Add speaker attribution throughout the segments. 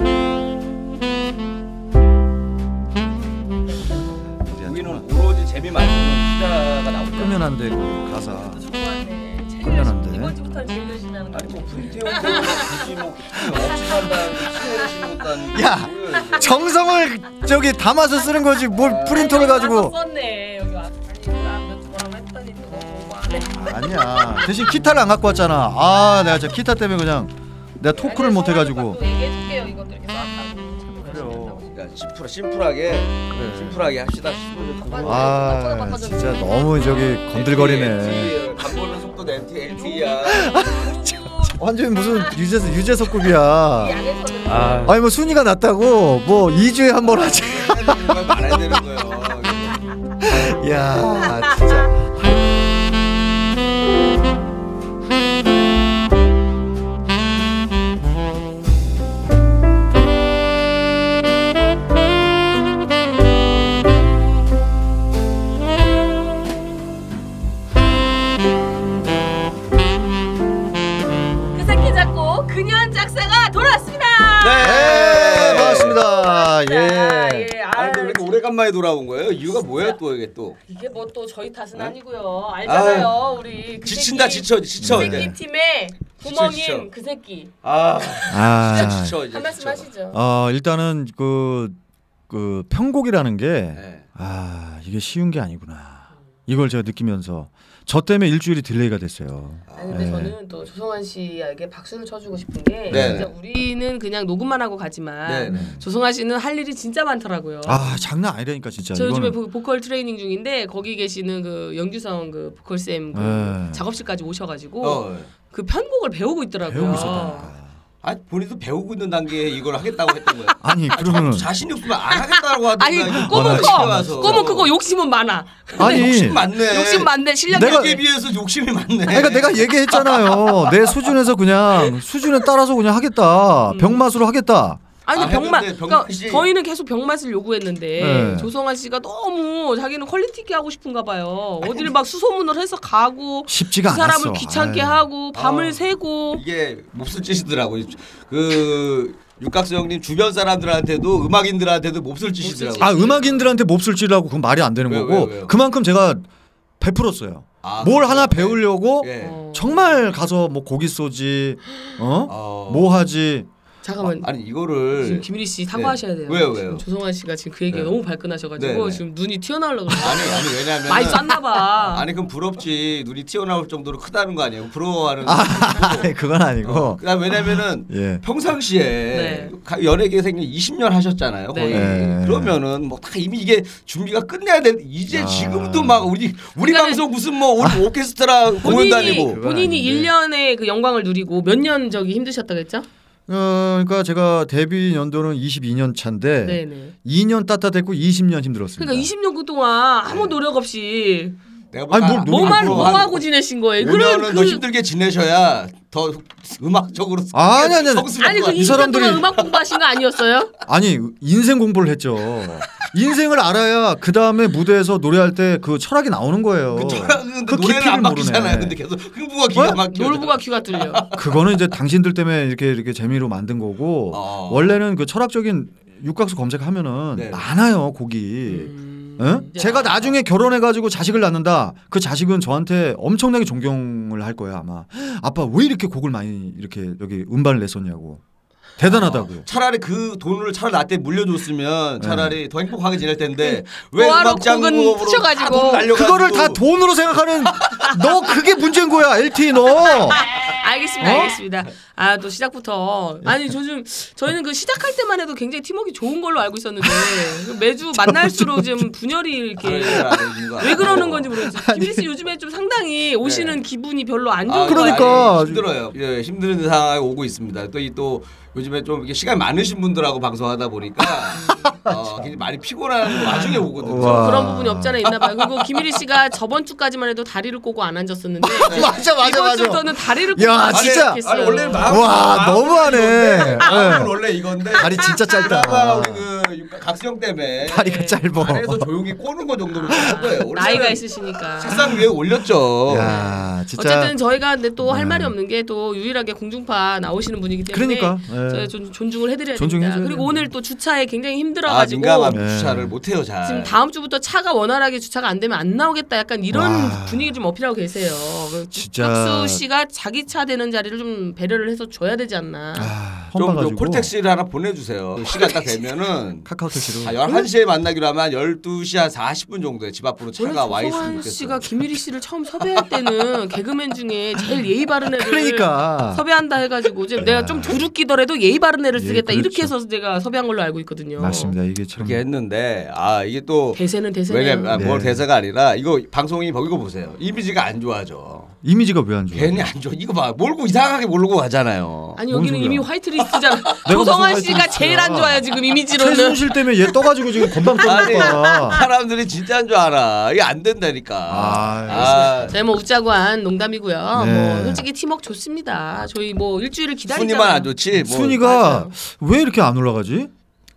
Speaker 1: 뭐그 가사
Speaker 2: 좋아하네.
Speaker 1: 큰일 났는데.
Speaker 2: 이번 주부터 질러주시는 거.
Speaker 3: 아니 뭐 불태우고 굳이 뭐 억지 판단 수혜를 지는 것도 아니고
Speaker 1: 야!
Speaker 3: 뭐예요, 이게.
Speaker 1: 정성을 저기 담아서 쓰는 거지 뭘 프린터를 가지고
Speaker 2: 썼네 여기 와. 아니 나몇 번을 했더니 누가 뭐하네.
Speaker 1: 아니야 대신 기타를 안 갖고 왔잖아 아 내가 진짜 기타 때문에 그냥 내가 토크를 못 해가지고
Speaker 2: 얘기해줄게요 이것도 이렇게 나왔다고. 참고 열심히
Speaker 3: 그러니까 심플 심플하게 심플하게 합시다.
Speaker 2: 한다고.
Speaker 1: 아 진짜 너무 저기 건들거리네
Speaker 3: 밥 먹는 속도 NT NT야.
Speaker 1: 완전 무슨 유재석 유재석급이야
Speaker 2: 양에서는
Speaker 4: 아,
Speaker 1: 아니 뭐 순위가 낮다고 뭐 2주에 한 번 하지
Speaker 3: 말해야 되는 거예요.
Speaker 1: 야 진짜
Speaker 2: 그 새끼 잡고 그녀한 작사가 돌아왔습니다.
Speaker 3: 네.
Speaker 1: 네 반갑습니다
Speaker 2: 아,
Speaker 1: 예
Speaker 2: 예.
Speaker 3: 아
Speaker 2: 아,
Speaker 3: 근데 왜 이렇게 오래간만에 돌아온 거예요? 이유가 뭐야 또 이게 또
Speaker 2: 이게 뭐 또 저희 탓은 아니고요. 알잖아요, 우리.
Speaker 3: 네?
Speaker 2: 그
Speaker 3: 지친다
Speaker 2: 새끼,
Speaker 3: 지쳐 네. 지쳐
Speaker 2: 그
Speaker 3: 이제.
Speaker 2: 새끼 팀의 부모님
Speaker 3: 지쳐.
Speaker 2: 그 새끼
Speaker 3: 아 진짜
Speaker 1: 아,
Speaker 3: 지쳐 이제.
Speaker 2: 한 말씀
Speaker 3: 네, 지쳐.
Speaker 2: 하시죠.
Speaker 1: 어, 일단은 그, 그 편곡이라는 게,
Speaker 3: 네.
Speaker 1: 아, 이게 쉬운 게 아니구나. 이걸 제가 느끼면서. 저 때문에 일주일이 딜레이가 됐어요.
Speaker 2: 아니 근데
Speaker 1: 네.
Speaker 2: 저는 또 조성환 씨에게 박수를 쳐주고 싶은 게
Speaker 3: 네.
Speaker 2: 진짜 우리는 그냥 녹음만 하고 가지만
Speaker 3: 네네.
Speaker 2: 조성환 씨는 할 일이 진짜 많더라고요.
Speaker 1: 아, 장난 아니라니까, 진짜.
Speaker 2: 저 요즘에
Speaker 1: 이거는.
Speaker 2: 보- 보컬 트레이닝 중인데 거기 계시는 그 연규성 그 보컬 쌤그
Speaker 1: 네.
Speaker 2: 작업실까지 오셔가지고
Speaker 3: 어.
Speaker 2: 그 편곡을 배우고 있더라고요.
Speaker 1: 배우고 있었다니까.
Speaker 3: 아 본인도 배우고 있는 단계에 이걸 하겠다고 했던 거야.
Speaker 1: 아니, 그러면은.
Speaker 3: 자신이 없으면 안 하겠다고 하던가.
Speaker 2: 아니
Speaker 3: 이거
Speaker 2: 꿈은
Speaker 3: 지금
Speaker 2: 커,
Speaker 3: 와서.
Speaker 2: 꿈은 크고 욕심은 많아.
Speaker 1: 아니.
Speaker 3: 욕심 많네.
Speaker 2: 욕심 많네 실력
Speaker 1: 내가-
Speaker 3: 내게 비해서 욕심이 많네.
Speaker 1: 그러니까 내가 얘기했잖아요. 내 수준에서 그냥 수준에 따라서 그냥 하겠다.
Speaker 2: 음.
Speaker 1: 병맛으로 하겠다.
Speaker 2: 아니 근데
Speaker 3: 아,
Speaker 2: 병맛
Speaker 3: 했는데 병맛이-
Speaker 2: 그러니까 저희는 계속 병맛을 요구했는데
Speaker 1: 네.
Speaker 2: 조성아 씨가 너무 자기는 퀄리티 있게 하고 싶은가 봐요. 어딜 막 수소문을 해서 가고
Speaker 1: 쉽지가
Speaker 2: 그 사람을
Speaker 1: 않았어.
Speaker 2: 귀찮게
Speaker 1: 아유.
Speaker 2: 하고 밤을
Speaker 3: 아.
Speaker 2: 새고
Speaker 3: 이게 몹쓸 짓이더라고. 그 육각수 형님 주변 사람들한테도 음악인들한테도 몹쓸 짓이더라고.
Speaker 1: 아, 음악인들한테 몹쓸 찌라고 그건 말이 안 되는
Speaker 3: 왜요,
Speaker 1: 거고.
Speaker 3: 왜요, 왜요?
Speaker 1: 그만큼 제가 베풀었어요.
Speaker 3: 아,
Speaker 1: 뭘
Speaker 3: 그래요?
Speaker 1: 하나 배우려고
Speaker 3: 예.
Speaker 2: 어.
Speaker 1: 정말 가서 뭐 고기 쏘지 어?
Speaker 3: 어.
Speaker 1: 뭐 하지
Speaker 2: 잠깐만
Speaker 3: 아니
Speaker 2: 지금
Speaker 3: 이거를
Speaker 2: 김일희 씨 사과하셔야 돼요.
Speaker 3: 왜요,
Speaker 2: 지금
Speaker 3: 왜요?
Speaker 2: 조성아 씨가 지금 그 얘기
Speaker 3: 네.
Speaker 2: 가 너무 발끈하셔가지고
Speaker 3: 네, 네.
Speaker 2: 지금 눈이 튀어나오려고 그래요.
Speaker 3: 아니 아니 왜냐면
Speaker 2: 많이 쐈나봐.
Speaker 3: 아니 그럼 부럽지 눈이 튀어나올 정도로 크다는 거 아니에요? 부러워하는.
Speaker 1: 아니, 그건 아니고
Speaker 3: 어. 그다음 왜냐면은
Speaker 1: 예
Speaker 3: 평상시에
Speaker 2: 네.
Speaker 3: 가- 연예계 생애 20년 하셨잖아요. 거의.
Speaker 2: 네.
Speaker 1: 네.
Speaker 3: 그러면은 뭐 다 이미 이게 준비가 끝내야 되 이제
Speaker 1: 아.
Speaker 3: 지금도 막 우리 우리
Speaker 2: 그러니까
Speaker 3: 방송 무슨 뭐 우리 오케스트라 공연
Speaker 2: 본인이
Speaker 3: 다니고
Speaker 2: 본인이
Speaker 1: 아닌데.
Speaker 2: 1년의 그 영광을 누리고 몇 년 저기 힘드셨다고 했죠?
Speaker 1: 어, 그러니까 제가 데뷔 연도는 22년 차인데
Speaker 2: 네, 네.
Speaker 1: 2년 따뜻했고 20년 힘들었습니다
Speaker 2: 그러니까 20년 동안
Speaker 3: 네.
Speaker 2: 아무 노력 없이
Speaker 3: 내가
Speaker 1: 아니,
Speaker 3: 볼까?
Speaker 1: 뭘 노력이
Speaker 2: 뭐만
Speaker 1: 앞으로
Speaker 2: 뭐
Speaker 1: 한
Speaker 2: 하고 지내신 거예요?
Speaker 3: 5년은
Speaker 2: 그런
Speaker 3: 더
Speaker 2: 그
Speaker 3: 힘들게 지내셔야 더 음악적으로
Speaker 1: 아니, 아니, 아니.
Speaker 3: 성숙한
Speaker 2: 아니
Speaker 3: 거
Speaker 2: 그
Speaker 3: 아니에요?
Speaker 1: 이
Speaker 2: 20년
Speaker 1: 사람들이-
Speaker 2: 동안 음악 공부하신 거 아니었어요?
Speaker 1: 아니 인생 공부를 했죠 인생을 알아야 그 다음에 무대에서 노래할 때 그 철학이 나오는 거예요
Speaker 3: 그 저랑은 그 노래는
Speaker 1: 깊이를
Speaker 3: 안 바뀌잖아요.
Speaker 1: 모르네.
Speaker 3: 근데 계속 흥부가 기가
Speaker 1: 어?
Speaker 3: 막혀.
Speaker 2: 놀부가 귀가 뚫려.
Speaker 1: 그거는 이제 당신들 때문에 이렇게 이렇게 재미로 만든 거고
Speaker 3: 어.
Speaker 1: 원래는 그 철학적인 육각수 검색하면은
Speaker 3: 네.
Speaker 1: 많아요 곡이
Speaker 2: 음,
Speaker 1: 어?
Speaker 2: 이제
Speaker 1: 제가
Speaker 2: 알아요.
Speaker 1: 나중에 결혼해 가지고 자식을 낳는다. 그 자식은 저한테 엄청나게 존경을 할 거예요 아마. 아빠 왜 이렇게 곡을 많이 이렇게 여기 음반을 냈었냐고. 대단하다고.
Speaker 2: 아.
Speaker 1: 네.
Speaker 3: 차라리 그 돈을 차라리 나한테 물려줬으면 차라리 더 행복하게 지낼 텐데 왜
Speaker 2: 그 뭐하러
Speaker 3: 음악 장으
Speaker 2: 곡은
Speaker 3: 로
Speaker 2: 푸셔가지고.
Speaker 1: 그거를 다 돈으로 생각하는 너 그게 문제인 거야 LT 너.
Speaker 2: 알겠습니다,
Speaker 1: 어?
Speaker 2: 알겠습니다. 아 또 시작부터 아니 요즘 저희는 그 시작할 때만 해도 굉장히 팀워크 좋은 걸로 알고 있었는데 매주 만날수록 좀 분열이
Speaker 3: 아,
Speaker 2: 이렇게 예. 왜 그러는 건지 모르겠어요. 김민 씨 요즘에 좀 상당히 오시는 기분이 별로 안 좋은
Speaker 3: 아,
Speaker 2: 거
Speaker 1: 네. 그러니까.
Speaker 3: 아니, 힘들어요. 예, 힘든 상황에 오고 있습니다. 또 이 또 요즘에 좀 이렇게 시간 많으신 분들하고 방송하다 보니까 어, 굉장히 많이 피곤한 와중에 오거든요.
Speaker 1: 와.
Speaker 2: 그런 부분이 없잖아 있나 봐요. 그리고 김일희 씨가 저번 주까지만 해도 다리를 꼬고 안 앉았었는데
Speaker 1: 맞아 맞아
Speaker 2: 네. 이번
Speaker 1: 맞아.
Speaker 2: 주부터는 다리를 꼬고
Speaker 1: 야,
Speaker 2: 앉기
Speaker 1: 진짜.
Speaker 2: 시작했어요.
Speaker 3: 원래 마음
Speaker 1: 와 너무하네.
Speaker 3: 마음은
Speaker 1: 예.
Speaker 3: 원래 이건데
Speaker 1: 다리 진짜 짧다.
Speaker 3: 그나마 우리 그 이 각수형 때문에
Speaker 1: 다리가
Speaker 2: 네.
Speaker 1: 짧아.
Speaker 3: 안에서 조용히 꼬는 거 정도로 할 거예요. 원래는 아,
Speaker 2: 나이가 있으시니까.
Speaker 3: 책상 위에 올렸죠.
Speaker 1: 야, 진짜.
Speaker 2: 어쨌든 저희가 근데 또 할
Speaker 1: 네.
Speaker 2: 말이 없는 게 또 유일하게 공중파 나오시는 분이기 때문에
Speaker 1: 그러니까. 예.
Speaker 2: 저희 존, 존중을 해드려야
Speaker 1: 존중해줘야
Speaker 2: 됩니다.
Speaker 1: 됩니다.
Speaker 2: 그리고 오늘 또 주차에 굉장히
Speaker 3: 아
Speaker 2: 힘들어가지고
Speaker 3: 민감한
Speaker 1: 네.
Speaker 3: 주차를 못 해요 잘.
Speaker 2: 지금 다음 주부터 차가 원활하게 주차가 안 되면 안 나오겠다 약간 이런
Speaker 1: 와.
Speaker 2: 분위기 좀 어필하고 계세요.
Speaker 1: 진짜.
Speaker 2: 박수 씨가 자기 차 되는 자리를 좀 배려를 해서 줘야 되지 않나.
Speaker 1: 아,
Speaker 3: 좀좀
Speaker 1: 험봐가지고.
Speaker 3: 콜택시를 하나 보내주세요. 그 시간 딱 되면은
Speaker 1: 카카오 택시로.
Speaker 3: 아, 11시에 만나기로 하면 12시 한 40분 정도에 집 앞으로 차가 와
Speaker 2: 원래
Speaker 3: 있으면 좋겠어.
Speaker 2: 조성환 그렇죠. 씨가 김유리 씨를 처음 섭외할 때는 개그맨 중에 제일 예의 바른 애를
Speaker 1: 그러니까.
Speaker 2: 섭외한다 해가지고 지금 내가 좀 두루끼더라도 예의 바른 애를
Speaker 1: 예,
Speaker 2: 쓰겠다 이렇게
Speaker 1: 그렇죠.
Speaker 2: 해서 제가 섭외한 걸로 알고 있거든요.
Speaker 1: 맞습니다. 이게 참.
Speaker 3: 그렇게 했는데 아 이게 또
Speaker 2: 대세는 대세네요.
Speaker 3: 왜냐면 아, 뭘
Speaker 1: 네.
Speaker 3: 대사가 아니라 이거 방송이 뭐 이거 보세요. 이미지가 안 좋아져.
Speaker 1: 이미지가 왜 안 좋아?
Speaker 3: 괜히 안 좋아. 이거 봐 몰고 이상하게 몰고 가잖아요.
Speaker 2: 아니
Speaker 1: 뭔
Speaker 2: 여기는
Speaker 1: 소리야.
Speaker 2: 이미 화이트리스트잖아.
Speaker 1: 무슨
Speaker 2: 조성환 씨가
Speaker 1: 화이트리스트야.
Speaker 2: 제일 안 좋아요 지금 이미지로는.
Speaker 1: 최순실 때문에 얘 떠가지고 지금 건방
Speaker 3: 아니,
Speaker 1: 떠는 거야.
Speaker 3: 사람들이 진짜인 줄 알아. 이게 안 된다니까.
Speaker 1: 아,
Speaker 3: 아,
Speaker 2: 저희 뭐 웃자고 한 농담이고요.
Speaker 1: 네.
Speaker 2: 뭐 솔직히 팀워크 좋습니다. 저희 뭐 일주일을 기다리잖아요.
Speaker 3: 순위만 안 좋지. 뭐.
Speaker 1: 순위가 왜 이렇게 안 올라가지?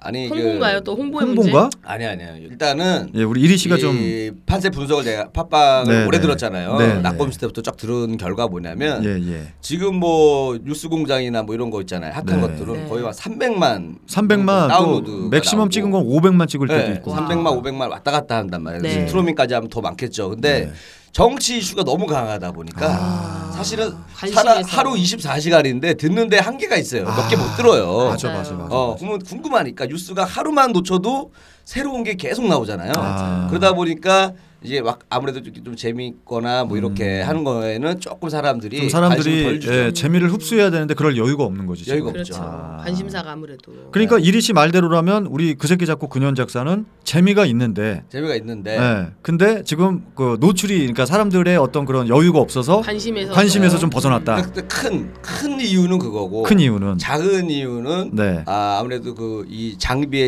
Speaker 3: 아니 그-
Speaker 2: 홍보인가요? 또 홍보의
Speaker 1: 홍보인가?
Speaker 2: 문제.
Speaker 3: 아니 아니요. 일단은
Speaker 1: 예, 우리 이리 씨가 좀 예,
Speaker 3: 이 판세 분석을 내가 팟빵을
Speaker 1: 네,
Speaker 3: 오래
Speaker 1: 네.
Speaker 3: 들었잖아요.
Speaker 1: 네, 네.
Speaker 3: 낙검시 때부터 쫙 들은 결과 뭐냐면
Speaker 1: 예.
Speaker 3: 지금 뭐 뉴스공장이나 뭐 이런 거 있잖아요. 핫한
Speaker 1: 네.
Speaker 3: 것들은
Speaker 2: 네.
Speaker 3: 거의 한 300만
Speaker 1: 300만
Speaker 3: 다운로드
Speaker 1: 또 맥시멈 찍은 건 500만 찍을 때도
Speaker 3: 네,
Speaker 1: 있고.
Speaker 3: 300만
Speaker 2: 아.
Speaker 3: 500만 왔다 갔다 한단 말이에요.
Speaker 2: 네.
Speaker 3: 스트로밍까지 하면 더 많겠죠. 근데
Speaker 1: 네.
Speaker 3: 정치 이슈가 너무 강하다 보니까
Speaker 1: 아.
Speaker 3: 사실은
Speaker 2: 관심에서.
Speaker 3: 살아, 하루 24시간인데 듣는데 한계가 있어요. 몇 개 못 들어요.
Speaker 1: 맞아 맞아 맞아.
Speaker 3: 어, 그러면 궁금하니까 뉴스가 하루만 놓쳐도 새로운 게 계속 나오잖아요.
Speaker 1: 아.
Speaker 3: 그러다 보니까 이제 막 아무래도 좀, 좀 재미있거나 뭐 이렇게 하는 거에는 조금 사람들이
Speaker 1: 음. 좀
Speaker 3: 관심을 덜
Speaker 1: 사람들이
Speaker 3: 주죠.
Speaker 1: 예, 재미를 흡수해야 되는데 그럴 여유가 없는 거지.
Speaker 3: 여유가 예.
Speaker 1: 지금.
Speaker 2: 그렇죠.
Speaker 3: 아.
Speaker 2: 관심사가 아무래도.
Speaker 1: 그러니까 이리 씨 말대로라면 우리 그 새끼 잡고 근현 작사는 재미가 있는데
Speaker 3: 재미가 있는데
Speaker 1: 예. 근데 지금 그 노출이 그러니까 사람들의 어떤 그런 여유가 없어서
Speaker 2: 관심에서
Speaker 1: 관심에서
Speaker 3: 네.
Speaker 1: 좀 벗어났다.
Speaker 3: 큰 큰 이유는 그거고
Speaker 1: 큰 이유는
Speaker 3: 작은 이유는
Speaker 1: 네.
Speaker 3: 아, 아무래도 그 이 장비의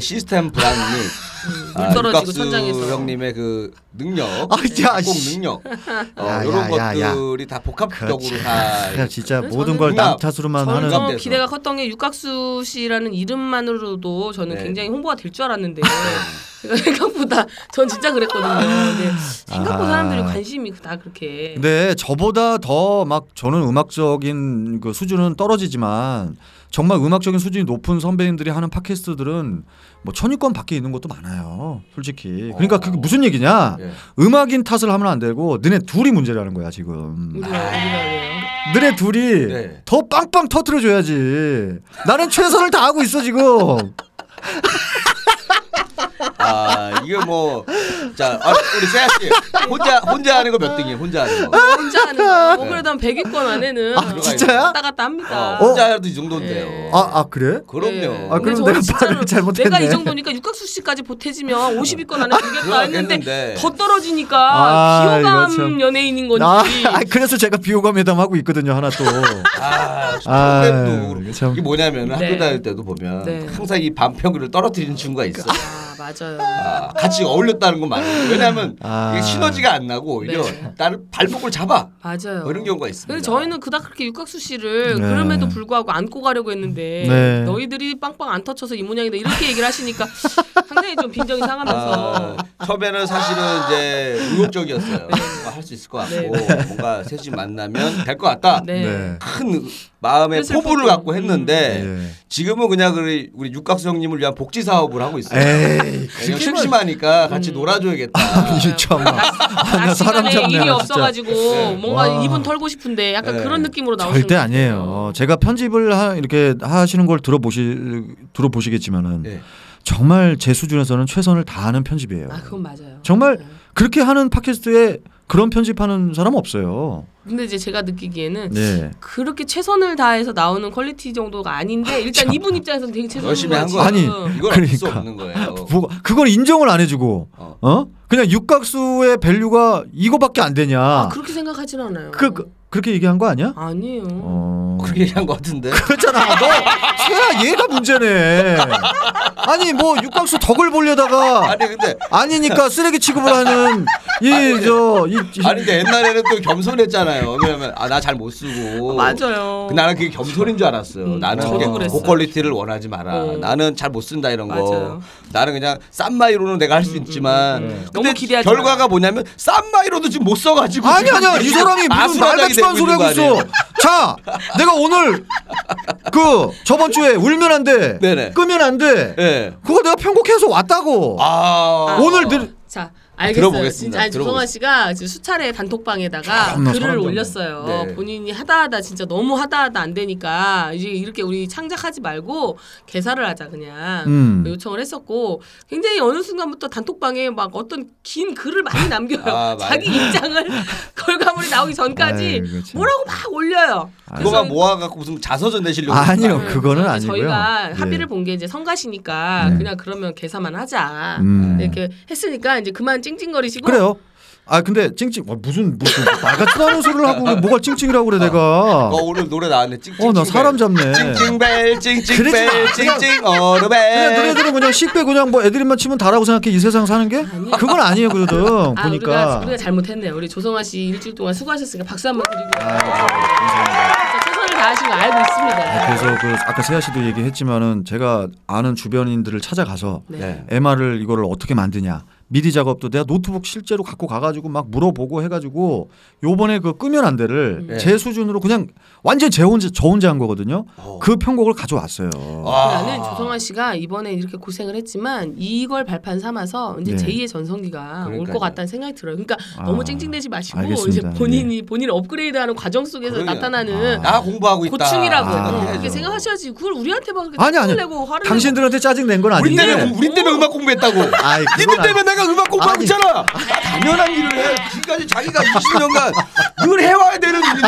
Speaker 3: 시스템 불안이
Speaker 2: 음,
Speaker 3: 아,
Speaker 2: 물 떨어지고
Speaker 3: 육각수
Speaker 2: 천장에서
Speaker 3: 형님의 그 능력,
Speaker 1: 아, 야,
Speaker 3: 공
Speaker 1: 씨.
Speaker 3: 능력 어,
Speaker 1: 야,
Speaker 3: 이런
Speaker 1: 야, 야, 야.
Speaker 3: 것들이 다 복합적으로
Speaker 1: 그렇지.
Speaker 3: 다
Speaker 1: 아, 진짜
Speaker 2: 저는
Speaker 1: 모든 걸 남
Speaker 3: 그냥
Speaker 1: 탓으로만
Speaker 2: 저는
Speaker 1: 하는
Speaker 2: 좀
Speaker 3: 하는-
Speaker 2: 기대가 컸던 게 육각수 씨라는 이름만으로도 저는
Speaker 3: 네.
Speaker 2: 굉장히 홍보가 될 줄 알았는데 제가 생각보다 전 진짜 그랬거든요. 근데 생각보다
Speaker 1: 아. 네.
Speaker 2: 사람들이 관심이 다 그렇게.
Speaker 1: 근데 저보다 더 막 저는 음악적인 그 수준은 떨어지지만 정말 음악적인 수준이 높은 선배님들이 하는 팟캐스트들은 뭐 천위권 밖에 있는 것도 많아요. 솔직히. 그러니까
Speaker 3: 어.
Speaker 1: 그게 무슨 얘기냐?
Speaker 3: 예.
Speaker 1: 음악인 탓을 하면 안 되고 너네 둘이 문제라는 거야, 지금.
Speaker 2: 우리가 우리가 왜요?
Speaker 1: 너네 둘이
Speaker 3: 네.
Speaker 1: 더 빵빵 터트려 줘야지. 나는 최선을 다하고 있어, 지금.
Speaker 3: 아 이게 뭐자 아, 우리 세아 씨 혼자 혼자 하는 거 몇 등이에요? 혼자 하는 거. 어,
Speaker 2: 혼자 하는 거. 뭐
Speaker 3: 네.
Speaker 2: 그래도 한 100위권 안에는
Speaker 1: 아,
Speaker 2: 네.
Speaker 1: 진짜야?
Speaker 2: 왔다 갔다 합니다.
Speaker 3: 어, 혼자 해도 이 정도인데요.
Speaker 2: 네.
Speaker 1: 아, 아 그래?
Speaker 3: 그럼요.
Speaker 2: 네.
Speaker 1: 아,
Speaker 2: 근데
Speaker 1: 그럼
Speaker 2: 저는
Speaker 1: 내가
Speaker 2: 진짜로
Speaker 1: 발음을 잘못했네.
Speaker 2: 내가 이 정도니까 육각수 씨까지 보태지면 50위권 안에 들겠다 했는데
Speaker 3: 들어가겠는데.
Speaker 2: 더 떨어지니까
Speaker 1: 아,
Speaker 2: 비호감
Speaker 1: 이거 참.
Speaker 2: 연예인인 건지.
Speaker 1: 아, 아, 그래서 제가 비호감 회담하고 있거든요, 하나 또.
Speaker 3: 아,
Speaker 1: 아,
Speaker 3: 프로그램도 그렇고.
Speaker 1: 참.
Speaker 3: 이게 뭐냐면 은
Speaker 2: 네.
Speaker 3: 학교 다닐 때도 보면
Speaker 2: 네.
Speaker 3: 항상 이 반평균을 떨어뜨리는 친구가 있어. 요
Speaker 2: 아, 맞아요.
Speaker 3: 아, 같이 어울렸다는 건 맞아요. 왜냐하면
Speaker 1: 아.
Speaker 3: 이게 시너지가 안 나고 오히려
Speaker 2: 네.
Speaker 3: 나를 발목을 잡아.
Speaker 2: 맞아요.
Speaker 3: 그런 경우가 있습니다.
Speaker 2: 근데 저희는 그닥 그렇게 육각수 씨를
Speaker 1: 네.
Speaker 2: 그럼에도 불구하고 안고 가려고 했는데
Speaker 1: 네.
Speaker 2: 너희들이 빵빵 안 터쳐서 이 모양이다 이렇게 얘기를 하시니까 상당히 좀 빈정이 상하면서
Speaker 3: 아, 처음에는 사실은 이제 의욕적이었어요. 아, 할 수 있을 것 같고
Speaker 2: 네.
Speaker 3: 뭔가 셋이 만나면 될 것 같다.
Speaker 2: 네.
Speaker 1: 네.
Speaker 3: 큰 마음의
Speaker 2: 뜻을
Speaker 3: 포부를
Speaker 2: 품고. 음.
Speaker 3: 갖고 했는데
Speaker 1: 예.
Speaker 3: 지금은 그냥 우리, 우리 육각수 형님을 위한 복지 사업을 하고 있어요.
Speaker 1: 에이, 뭐
Speaker 3: 그냥 심심하니까
Speaker 2: 음.
Speaker 3: 같이 놀아줘야겠다.
Speaker 1: 이 참.
Speaker 2: 낮
Speaker 1: 나 사람
Speaker 2: 시간에
Speaker 1: 잡네.
Speaker 2: 일이
Speaker 1: 나 진짜.
Speaker 2: 없어가지고
Speaker 3: 네.
Speaker 2: 뭔가
Speaker 1: 와.
Speaker 2: 입은 털고 싶은데 약간
Speaker 3: 네.
Speaker 2: 그런 느낌으로 나오는
Speaker 1: 절대 아니에요. 제가 편집을 하, 이렇게 하시는 걸 들어보시 들어보시겠지만은
Speaker 3: 네.
Speaker 1: 정말 제 수준에서는 최선을 다하는 편집이에요.
Speaker 2: 아 그건 맞아요.
Speaker 1: 정말
Speaker 2: 네.
Speaker 1: 그렇게 하는 팟캐스트에 그런 편집하는 사람 없어요.
Speaker 2: 근데 이제 제가 느끼기에는
Speaker 1: 네.
Speaker 2: 그렇게 최선을 다해서 나오는 퀄리티 정도가 아닌데 일단 이분 입장에서는 되게 최선을
Speaker 3: 열심히 한
Speaker 2: 거예요,
Speaker 3: 거야.
Speaker 1: 아니,
Speaker 2: 지금.
Speaker 3: 이건 그러니까. 수
Speaker 1: 그러니까.
Speaker 3: 없는 거예요.
Speaker 1: 뭐, 그걸 인정을 안 해주고
Speaker 3: 어.
Speaker 1: 어 그냥 육각수의 밸류가 이거밖에 안 되냐.
Speaker 2: 아, 그렇게 생각하진 않아요.
Speaker 1: 그, 그- 그렇게 얘기한 거
Speaker 2: 음.
Speaker 1: 아니야?
Speaker 2: 아니에요.
Speaker 1: 어.
Speaker 3: 그렇게 얘기한 것 같은데.
Speaker 1: 그랬잖아. 너 세야 얘가 문제네. 아니 뭐 육각수 덕을 보려다가
Speaker 3: 아니 근데
Speaker 1: 아니니까 쓰레기 취급을 하는 이 저이
Speaker 3: 아니 근데 옛날에는 또 겸손했잖아요. 왜냐면 아 나 잘 못
Speaker 1: 어.
Speaker 3: 쓰고.
Speaker 2: 맞아요.
Speaker 3: 그 나는 그게 겸손인 줄 알았어요.
Speaker 2: 어. 음,
Speaker 3: 나는
Speaker 1: 저도
Speaker 3: 그게
Speaker 1: 그랬어요.
Speaker 3: 고퀄리티를 원하지 마라.
Speaker 2: 음.
Speaker 3: 나는 잘 못 쓴다 이런 거.
Speaker 2: 맞아요.
Speaker 3: 나는 그냥 싼 마이로는 내가 할 수 있지만
Speaker 2: 음, 음.
Speaker 3: 근데
Speaker 2: 너무 기대하지
Speaker 3: 결과가 뭐냐면 싼 마이로도 지금 못 써가지고
Speaker 1: 아니
Speaker 3: 지금
Speaker 1: 아니야 이 사람이 무슨
Speaker 3: 아수라장이
Speaker 1: 말같지만
Speaker 3: 되고
Speaker 1: 소리
Speaker 3: 있는
Speaker 1: 하고
Speaker 3: 거 아니에요?
Speaker 1: 있어. 자, 내가 오늘 그 저번 주에 울면 안 돼,
Speaker 3: 네네.
Speaker 1: 끄면 안 돼.
Speaker 3: 예.
Speaker 1: 그거 내가 편곡해서 왔다고.
Speaker 3: 아
Speaker 2: 그
Speaker 1: 오늘 늘
Speaker 2: 자, 알겠어요.
Speaker 3: 들어보겠습니다.
Speaker 2: 진짜 아니, 조성아 씨가 지금 수차례 단톡방에다가
Speaker 1: 참나,
Speaker 2: 글을
Speaker 1: 사람
Speaker 2: 올렸어요.
Speaker 3: 네.
Speaker 2: 본인이 하다하다 진짜 너무 하다하다 안 되니까 이제 이렇게 우리 창작하지 말고 개사를 하자 그냥
Speaker 1: 음.
Speaker 2: 요청을 했었고 굉장히 어느 순간부터 단톡방에 막 어떤 긴 글을 많이 남겨요.
Speaker 3: 아, 맞아요.
Speaker 2: 자기 입장을 결과물이 나오기 전까지
Speaker 1: 아이고, 참.
Speaker 2: 뭐라고 막 올려요.
Speaker 3: 그거만 뭐
Speaker 2: 그래서-
Speaker 3: 모아갖고 무슨 자서전 내시려고
Speaker 1: 아니요.
Speaker 2: 네.
Speaker 1: 그거는
Speaker 2: 그래서
Speaker 1: 아니고요.
Speaker 2: 저희가
Speaker 1: 예.
Speaker 2: 합의를 본 게 이제 성가시니까
Speaker 1: 네.
Speaker 2: 그냥 그러면 개사만 하자.
Speaker 1: 음.
Speaker 2: 이렇게 했으니까 이제 그만 찡찡거리시고
Speaker 1: 그래요. 아 근데 찡찡 아, 무슨 무슨 말같지도 않은 소리를 하고 뭐가 찡찡이라고 그래 내가.
Speaker 3: 어 오늘 노래 나왔네 찡찡
Speaker 1: 어 나 사람 잡네.
Speaker 3: 찡찡벨
Speaker 1: 그러지 마.
Speaker 3: 찡찡벨
Speaker 1: 그냥-
Speaker 3: 찡찡
Speaker 1: 그냥
Speaker 3: 어르벨
Speaker 1: 너네들은 그냥 식배 그냥 뭐 애드립만 치면 다라고 생각해 이 세상 사는 게 그건 아니에요 그래도
Speaker 2: 아,
Speaker 1: 어, 보니까
Speaker 2: 우리가, 우리가 잘못했네요. 우리 조성아 씨 일주일 동안 수고하셨으니까 박수 한번 드리고
Speaker 1: 아, 감사합니다.
Speaker 2: 진짜 최선을 다하신 거 알고
Speaker 1: 아,
Speaker 2: 있습니다.
Speaker 1: 그래서 그 아까 세아 씨도 얘기했지만은 제가 아는 주변인들을 찾아가서
Speaker 2: 네.
Speaker 3: 네.
Speaker 1: MR을 이거를 어떻게 만드냐 미디 작업도 내가 노트북 실제로 갖고 가가지고 막 물어보고 해가지고 요번에 그 끄면 안 돼를
Speaker 3: 음.
Speaker 1: 제 수준으로 그냥 완전 제 혼자 저 혼자 한 거거든요
Speaker 3: 어.
Speaker 1: 그 편곡을 가져왔어요
Speaker 3: 아.
Speaker 2: 나는 조성아 씨가 이번에 이렇게 고생을 했지만 이걸 발판 삼아서 이제
Speaker 1: 네.
Speaker 2: 제2의 전성기가 올
Speaker 3: 그러니까요.
Speaker 2: 것 같다는 생각이 들어요. 그러니까
Speaker 1: 아,
Speaker 2: 너무 찡찡대지 마시고
Speaker 1: 알겠습니다. 네.
Speaker 2: 이제 본인이 본인을 업그레이드하는 과정 속에서
Speaker 3: 그러게요. 아,
Speaker 2: 나타나는
Speaker 3: 나 공부하고 있다 네.
Speaker 2: 고충이라고
Speaker 1: 아,
Speaker 2: 어,
Speaker 1: 그래야죠.
Speaker 2: 그렇게 생각하셔야지 그걸 우리한테 막
Speaker 1: 아니, 아니.
Speaker 2: 화를 내고 화를
Speaker 1: 당신들한테 짜증 낸 건
Speaker 3: 우리 때문에
Speaker 1: 아닌데
Speaker 3: 공- 우리 때문에 음악 공부했다고
Speaker 1: 아이, 그건
Speaker 3: 니들
Speaker 1: 아니-
Speaker 3: 때문에 내가 음악 공부하고
Speaker 1: 아니.
Speaker 3: 있잖아 당연한 일을 해 지금까지 자기가 20년간 늘 해와야 되는 일인데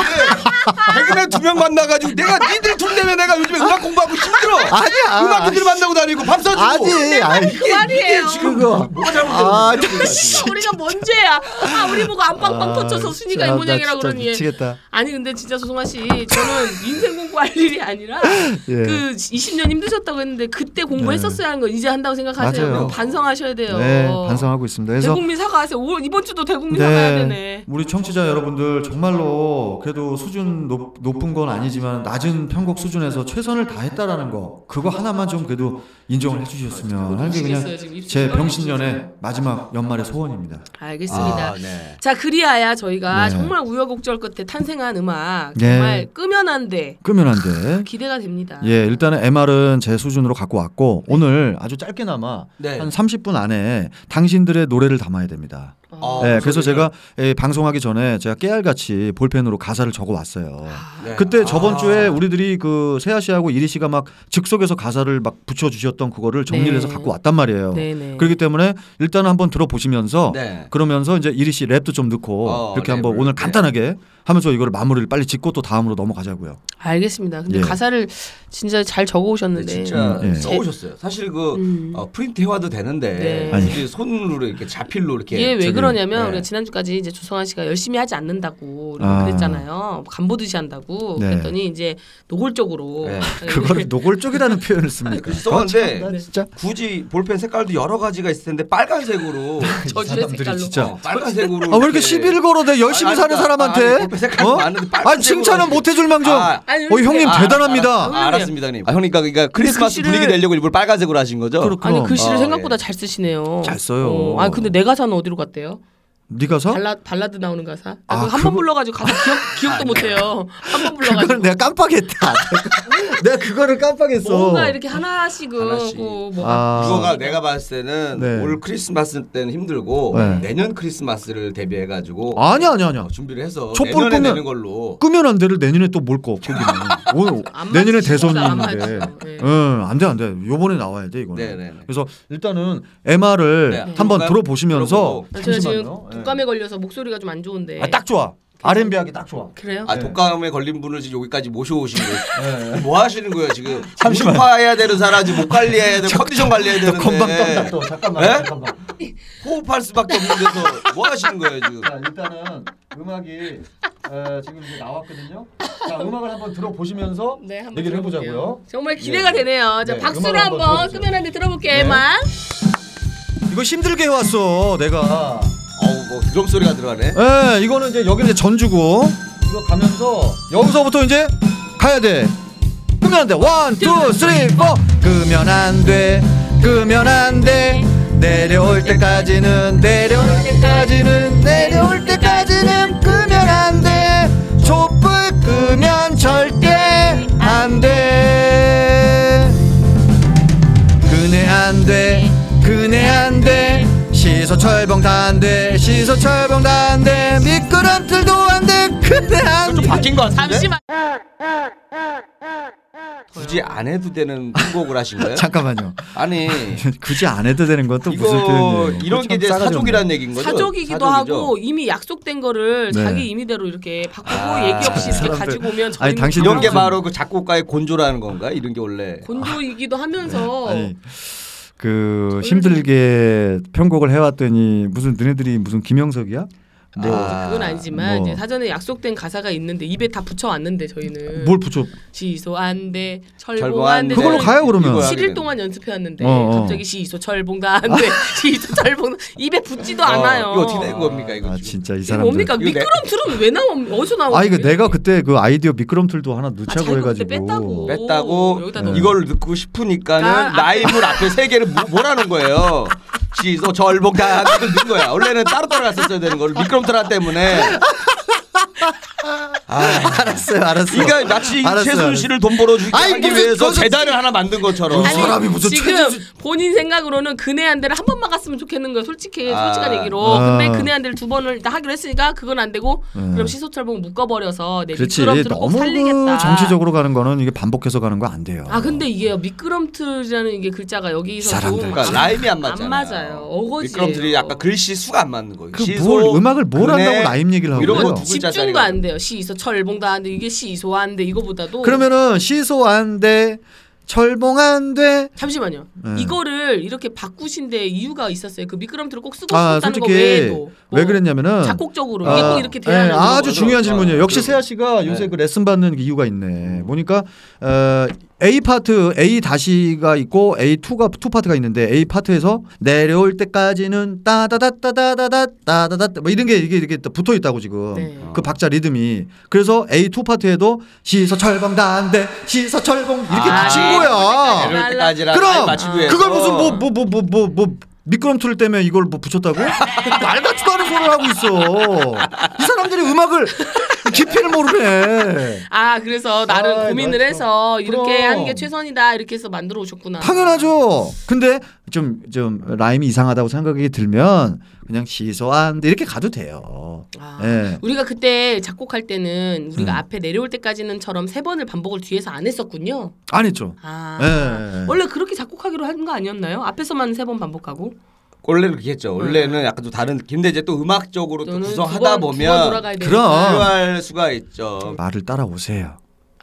Speaker 3: 최근에 두 명 만나가지고 내가 니들 둘 때문에 내가 요즘에 음악 공부하고 힘들어
Speaker 1: 아니야.
Speaker 3: 음악인들 만나고 다니고 밥 사주고
Speaker 1: 아니 아니
Speaker 2: 내고 그 말이에요.
Speaker 3: 지금
Speaker 1: 그거.
Speaker 3: 뭐가 잘못된
Speaker 1: 아,
Speaker 3: 거야
Speaker 2: 씨발, 우리가 뭔 죄야? 아 우리 보고 안방방 터쳐서 순이가
Speaker 1: 참, 나
Speaker 2: 인문양이라
Speaker 1: 진짜
Speaker 2: 그러니.
Speaker 1: 미치겠다.
Speaker 2: 아니 근데 진짜 소송아 씨 저는 인생 공부할 일이 아니라
Speaker 1: 예.
Speaker 2: 그 20년 힘드셨다고 했는데 그때 공부했었어야 하는 건 이제 한다고 생각하세요.
Speaker 1: 네. 맞아요.
Speaker 2: 반성하셔야 돼요.
Speaker 1: 네, 반성하고 있습니다. 그래서
Speaker 2: 어. 대국민 사과하세요. 오, 이번 주도 대국민 사과해야 되네.
Speaker 1: 네. 우리 청취자 여러분들 정말로 그래도 수준 높, 은건 아니지만 낮은 편곡 수준에서 최선을 다했다라는 거 그거 하나만 좀 그래도 인정을 해주셨으면 하는 게
Speaker 2: 모르겠어요,
Speaker 1: 그냥
Speaker 2: 지금 입술이
Speaker 1: 제 병신년의 마지막 연말의 소원입니다.
Speaker 2: 알겠습니다.
Speaker 3: 아, 네.
Speaker 2: 자 그리하야 저희가
Speaker 1: 네.
Speaker 2: 정말 우여곡절 끝에 탄생한 음악
Speaker 1: 네.
Speaker 2: 정말 끄면 안돼
Speaker 1: 끄면 안 돼.
Speaker 2: 기대가 됩니다.
Speaker 1: 예, 일단은 MR은 제 수준으로 갖고 왔고 오늘 아주 짧게나마
Speaker 3: 네.
Speaker 1: 한 30분 안에 당신들의 노래를 담아야 됩니다.
Speaker 3: 아,
Speaker 1: 네, 그래서
Speaker 3: 소리를.
Speaker 1: 제가 예, 방송하기 전에 제가 깨알같이 볼펜으로 가사를 적어 왔어요.
Speaker 3: 네.
Speaker 1: 그때 저번
Speaker 3: 아.
Speaker 1: 주에 우리들이 그 세아 씨하고 이리 씨가 막 즉석에서 가사를 막 붙여 주셨던 그거를 정리를
Speaker 2: 네.
Speaker 1: 해서 갖고 왔단 말이에요.
Speaker 2: 네네.
Speaker 1: 그렇기 때문에 일단 한번 들어보시면서
Speaker 3: 네.
Speaker 1: 그러면서 이제 이리 씨 랩도 좀 넣고
Speaker 3: 어,
Speaker 1: 이렇게
Speaker 3: 랩을,
Speaker 1: 한번 오늘
Speaker 3: 네.
Speaker 1: 간단하게 하면서 이거를 마무리를 빨리 짓고 또 다음으로 넘어가자고요.
Speaker 2: 알겠습니다. 근데
Speaker 1: 예.
Speaker 2: 가사를 진짜 잘 적어오셨는데.
Speaker 3: 네, 진짜
Speaker 1: 음, 예.
Speaker 3: 써오셨어요. 사실 그
Speaker 2: 네. 음.
Speaker 3: 어, 프린트 해와도 되는데
Speaker 2: 네.
Speaker 1: 아니.
Speaker 3: 이게 손으로 이렇게 자필로 이렇게
Speaker 2: 이게 왜
Speaker 3: 저기,
Speaker 2: 그러냐면
Speaker 3: 네.
Speaker 2: 우리가 지난주까지 이제 조성환 씨가 열심히 하지 않는다고 우리가
Speaker 1: 아.
Speaker 2: 그랬잖아요. 간보듯이 한다고
Speaker 1: 네.
Speaker 2: 그랬더니 이제 노골적으로
Speaker 3: 네.
Speaker 1: 그거를 노골적이라는 표현을 씁니까?
Speaker 3: 그래서 써는데
Speaker 2: 네.
Speaker 1: 나 진짜
Speaker 3: 굳이 볼펜 색깔도 여러 가지가 있을 텐데 빨간색으로
Speaker 2: 저주의 색깔로.
Speaker 1: 진짜.
Speaker 3: 어, 빨간색으로
Speaker 1: 아 왜 이렇게 시비를 걸어 내 열심히
Speaker 3: 아니,
Speaker 1: 사는
Speaker 3: 아니, 아니, 볼펜
Speaker 1: 사람한테
Speaker 3: 색깔도
Speaker 1: 어?
Speaker 3: 많은데
Speaker 1: 아
Speaker 3: 빨간색으로
Speaker 1: 칭찬은
Speaker 3: 하지.
Speaker 1: 못 해줄 망정.
Speaker 3: 아,
Speaker 2: 아니,
Speaker 1: 어 형님
Speaker 2: 아,
Speaker 1: 대단합니다.
Speaker 3: 아, 알았습니다, 형님. 아, 형님, 그러니까 크리스마스
Speaker 2: 글씨를-
Speaker 3: 분위기 내려고 일부러 빨간색으로 하신 거죠?
Speaker 1: 그렇-
Speaker 2: 아니
Speaker 1: 그럼.
Speaker 2: 글씨를
Speaker 3: 아,
Speaker 2: 생각보다
Speaker 3: 예.
Speaker 2: 잘 쓰시네요.
Speaker 1: 잘 써요.
Speaker 2: 어, 아 근데 내 가사는 어디로 갔대요?
Speaker 1: 네가 서
Speaker 2: 발라 발라드 나오는 가사?
Speaker 1: 아,
Speaker 2: 아, 한번
Speaker 1: 그거- 아, 네.
Speaker 2: 불러가지고 가사 기억 기억도 못해요. 한 번
Speaker 1: 그걸
Speaker 2: 불러가지고
Speaker 1: 내가 깜빡했다. 내가 그거를 깜빡했어.
Speaker 2: 뭔가 이렇게 하나씩은
Speaker 3: 하나씩.
Speaker 2: 뭐
Speaker 1: 아.
Speaker 3: 그거가 내가 봤을 때는
Speaker 1: 네.
Speaker 3: 올 크리스마스 때는 힘들고
Speaker 1: 네.
Speaker 3: 내년 크리스마스를 대비해 가지고
Speaker 1: 아니 아니 아니야.
Speaker 3: 어, 준비를 해서
Speaker 1: 촛불
Speaker 3: 내년에
Speaker 1: 끄면-
Speaker 3: 내는 걸로
Speaker 1: 끄면 안 돼를 내년에 또 뭘 거? 거기는. 오늘
Speaker 2: 안
Speaker 1: 내년에
Speaker 2: 맞지,
Speaker 1: 대선이
Speaker 2: 진짜 안
Speaker 1: 있는데. 어?
Speaker 2: 맞죠. 예.
Speaker 1: 응, 안 돼, 안 돼. 요번에 나와야 돼, 이거는.
Speaker 3: 네네네.
Speaker 1: 그래서 일단은 MR을
Speaker 3: 네.
Speaker 1: 한번
Speaker 3: 들어볼까요?
Speaker 1: 들어보시면서
Speaker 3: 들어보고.
Speaker 2: 제가 지금 예.
Speaker 1: 잠시만요. 예. 네.
Speaker 2: 독감에 걸려서 목소리가 좀 안 좋은데.
Speaker 1: 아, 딱 좋아. R&B 하기 딱 좋아.
Speaker 2: 그래요?
Speaker 3: 아
Speaker 1: 네.
Speaker 3: 독감에 걸린 분을 지금 여기까지 모셔오신
Speaker 1: 네,
Speaker 3: 거예요. 뭐 하시는 거예요 지금?
Speaker 1: 잠시만요.
Speaker 3: 무릎화해야 되는 사람 지금 목 관리해야 되는 컨디션 관리해야
Speaker 1: 또
Speaker 3: 되는데
Speaker 1: 건방 떤다 또 잠깐만
Speaker 3: 네?
Speaker 1: 잠깐만.
Speaker 3: 호흡할 수밖에 없는 데서 뭐 하시는 거예요 지금?
Speaker 1: 자 일단은 음악이 에, 지금 이제 나왔거든요. 자 음악을 한번 들어보시면서
Speaker 2: 네, 한번
Speaker 1: 얘기를
Speaker 2: 들어볼게요.
Speaker 1: 해보자고요. 예.
Speaker 2: 정말 기대가 되네요. 자
Speaker 1: 네,
Speaker 2: 박수로
Speaker 1: 음악을 한번
Speaker 2: 한번
Speaker 1: 들어보죠.
Speaker 2: 끄면 한데 들어볼게요.
Speaker 1: 네.
Speaker 2: 만
Speaker 1: 이거 힘들게 해왔어 내가.
Speaker 3: 어우 뭐 드럼 소리가 들어가네.
Speaker 1: 예, 이거는 이제 여기는 이제 전주고 이거 가면서 여기서부터 이제 가야 돼. 끄면 안 돼. 원, 투, 쓰리, 포. 끄면 안 돼. 끄면 안 돼. 내려올 때까지는 내려올 때까지는 내려올 때까지는 끄면 안 돼. 촛불 끄면 절대 안 돼. 그네 안 돼, 그네 안 돼, 시소 철봉 다 안 돼, 시소 철봉 다 안 돼, 미끄럼틀도 안 돼, 그네 안 돼.
Speaker 3: 바뀐 거 같은데?
Speaker 2: 잠시만.
Speaker 3: 굳이 안 해도 되는 편곡을 하신 거예요?
Speaker 1: 잠깐만요.
Speaker 3: 아니
Speaker 1: 굳이 안 해도 되는 건 또 무슨
Speaker 3: 이거
Speaker 1: 뜻이에요?
Speaker 3: 이런 게 이제 사족이라는 얘기인 거죠?
Speaker 2: 사족이기도
Speaker 3: 사족이죠?
Speaker 2: 하고 이미 약속된 거를
Speaker 1: 네.
Speaker 2: 자기 임의대로 이렇게 바꾸고
Speaker 3: 아,
Speaker 2: 얘기 없이 이렇게
Speaker 1: 사람들.
Speaker 2: 가지고 오면
Speaker 1: 아니,
Speaker 2: 저희는
Speaker 1: 당신들
Speaker 3: 이런 게
Speaker 1: 무슨-
Speaker 3: 바로 그 작곡가의 곤조라는 건가? 이런 게 원래
Speaker 2: 곤조이기도 하면서
Speaker 1: 아, 아니, 그 힘들게 편곡을 해왔더니 무슨 너네들이 무슨 김영석이야? 뭐 뭘
Speaker 3: 아,
Speaker 2: 그건 아니지만
Speaker 1: 뭐.
Speaker 2: 이제 사전에 약속된 가사가 있는데 입에 다 붙여왔는데
Speaker 3: 네.
Speaker 2: 저희는
Speaker 1: 붙여?
Speaker 2: 시소 안돼 철봉
Speaker 3: 절봉 안
Speaker 2: 안돼
Speaker 3: 돼.
Speaker 1: 그걸로 가요, 그러면.
Speaker 3: 이거야,
Speaker 2: 7일
Speaker 3: 그냥.
Speaker 2: 동안 연습해왔는데
Speaker 1: 어, 어.
Speaker 2: 갑자기 시소 철봉 다 안돼 시소 철봉 입에 붙지도
Speaker 3: 어,
Speaker 2: 않아요
Speaker 3: 이거 어떻게 된 겁니까 이거
Speaker 1: 아
Speaker 3: 지금?
Speaker 1: 진짜 이
Speaker 2: 이거
Speaker 1: 사람들.
Speaker 2: 뭡니까
Speaker 3: 이거 내-
Speaker 2: 미끄럼틀은 왜 나와 어디서 나와
Speaker 1: 아 이거 내가 그때 그 아이디어 미끄럼틀도 하나 넣자고
Speaker 2: 자기가 그때
Speaker 1: 해가지고.
Speaker 2: 뺐다고. 오,
Speaker 3: 뺐다고
Speaker 2: 여기다
Speaker 1: 넣어.
Speaker 3: 이걸 넣고 싶으니까는
Speaker 2: 아, 앞에.
Speaker 3: 나이물 앞에 세 개를 뭐- 뭐라는 거예요. 시소 절복 다 넣은 거야. 원래는 따로 따로 갔었어야 되는 거를 미끄럼틀화 때문에. 아,
Speaker 1: 알았어요, 알았어.
Speaker 3: 그러니까 마치 이
Speaker 1: 알았어요,
Speaker 3: 최순실을 돈 벌어주기
Speaker 1: 아이,
Speaker 3: 하기
Speaker 1: 무슨
Speaker 3: 위해서
Speaker 1: 거짓-
Speaker 3: 재단을 하나 만든 것처럼.
Speaker 1: 아니, 그 사람이 무슨
Speaker 2: 지금
Speaker 1: 최순실-
Speaker 2: 본인 생각으로는 그네 한 대를 한 번만 갔으면 좋겠는 거야 솔직히
Speaker 3: 아.
Speaker 2: 솔직한 얘기로
Speaker 1: 아.
Speaker 2: 근데 그네 한 대를 두 번을 다 하기로 했으니까 그건 안 되고
Speaker 1: 음.
Speaker 2: 그럼 시소철봉 묶어버려서 내
Speaker 1: 그렇지
Speaker 2: 미끄럼틀을 네, 꼭
Speaker 1: 너무
Speaker 2: 살리겠다
Speaker 1: 그 정치적으로 가는 거는 이게 반복해서 가는 거 안 돼요.
Speaker 2: 아 근데 이게 미끄럼틀이라는 이게 글자가 여기서
Speaker 1: 사람들.
Speaker 2: 좋은
Speaker 3: 그러니까 라임이 안 맞잖아요.
Speaker 2: 안 맞아요. 어거지예요.
Speaker 3: 미끄럼틀이 약간 글씨 수가 안 맞는 거예요.
Speaker 1: 그
Speaker 3: 시소,
Speaker 1: 뭘 음악을 뭘
Speaker 3: 그네,
Speaker 1: 한다고 라임 얘기를 하고
Speaker 3: 이런
Speaker 1: 그래요?
Speaker 3: 거 두
Speaker 2: 아, 집중도
Speaker 3: 글자짜리가
Speaker 2: 안 돼요. 시소 철봉도 안 돼. 이게 시소 안 돼. 이거보다도
Speaker 1: 그러면은 시소 안 돼, 철봉 안 돼.
Speaker 2: 잠시만요.
Speaker 1: 네.
Speaker 2: 이거를 이렇게 바꾸신 데 이유가 있었어요. 그 미끄럼틀을 꼭 쓰고
Speaker 1: 아
Speaker 2: 싶다는 거
Speaker 1: 솔직히
Speaker 2: 외에도
Speaker 1: 왜
Speaker 2: 뭐
Speaker 1: 그랬냐면은
Speaker 2: 작곡적으로 이게
Speaker 1: 아,
Speaker 2: 꼭 이렇게 돼야 하는
Speaker 1: 예,
Speaker 2: 거
Speaker 1: 아주 중요한
Speaker 3: 맞아.
Speaker 1: 질문이에요. 역시
Speaker 3: 그리고-
Speaker 1: 세아 씨가 요새
Speaker 3: 네.
Speaker 1: 그 레슨 받는 이유가 있네. 보니까 어, A 파트 A 다시가 있고 A 2가 2 파트가 있는데 A 파트에서 내려올 때까지는 따다다다다다다 따다다 뭐 이런 게 이게 이렇게 또 붙어 있다고 지금.
Speaker 2: 네.
Speaker 1: 그 박자 리듬이 그래서 A2 파트에도 시서 철봉 다안돼 시서 철봉 이렇게
Speaker 3: 아,
Speaker 1: 붙인
Speaker 3: 네.
Speaker 1: 거야.
Speaker 3: 이럴 때까지라
Speaker 1: 그럼!
Speaker 3: 라임 맞추기 위해서.
Speaker 1: 그걸 무슨
Speaker 2: 어.
Speaker 1: 뭐 뭐 뭐 뭐 뭐 뭐 미끄럼틀 때문에 이걸 뭐 붙였다고? 말 같지도 않은 소리를 하고 있어. 이 사람들이 음악을 깊이를 모르네.
Speaker 2: 아 그래서 나를
Speaker 1: 아이,
Speaker 2: 고민을
Speaker 1: 맞죠.
Speaker 2: 해서 이렇게
Speaker 1: 그럼.
Speaker 2: 하는 게 최선이다 이렇게 해서 만들어 오셨구나.
Speaker 1: 당연하죠. 근데 좀 좀 라임이 이상하다고 생각이 들면 그냥 시소한데 이렇게 가도 돼요.
Speaker 2: 아.
Speaker 1: 예.
Speaker 2: 우리가 그때 작곡할 때는 우리가
Speaker 1: 음.
Speaker 2: 앞에 내려올 때까지는처럼 세 번을 반복을 뒤에서 안 했었군요.
Speaker 1: 안 했죠.
Speaker 2: 아
Speaker 1: 예.
Speaker 2: 원래 그렇게 작곡하기로 한 거 아니었나요? 앞에서만 세 번 반복하고
Speaker 3: 원래는 그렇게
Speaker 2: 음.
Speaker 3: 했죠. 원래는 약간 좀 다른 근데 이제 또 음악적으로 또
Speaker 2: 저는
Speaker 3: 구성하다
Speaker 2: 두번
Speaker 3: 보면
Speaker 2: 돌아가야
Speaker 1: 그럼.
Speaker 2: 되니까.
Speaker 3: 필요할 수가 있죠.
Speaker 1: 말을 따라오세요.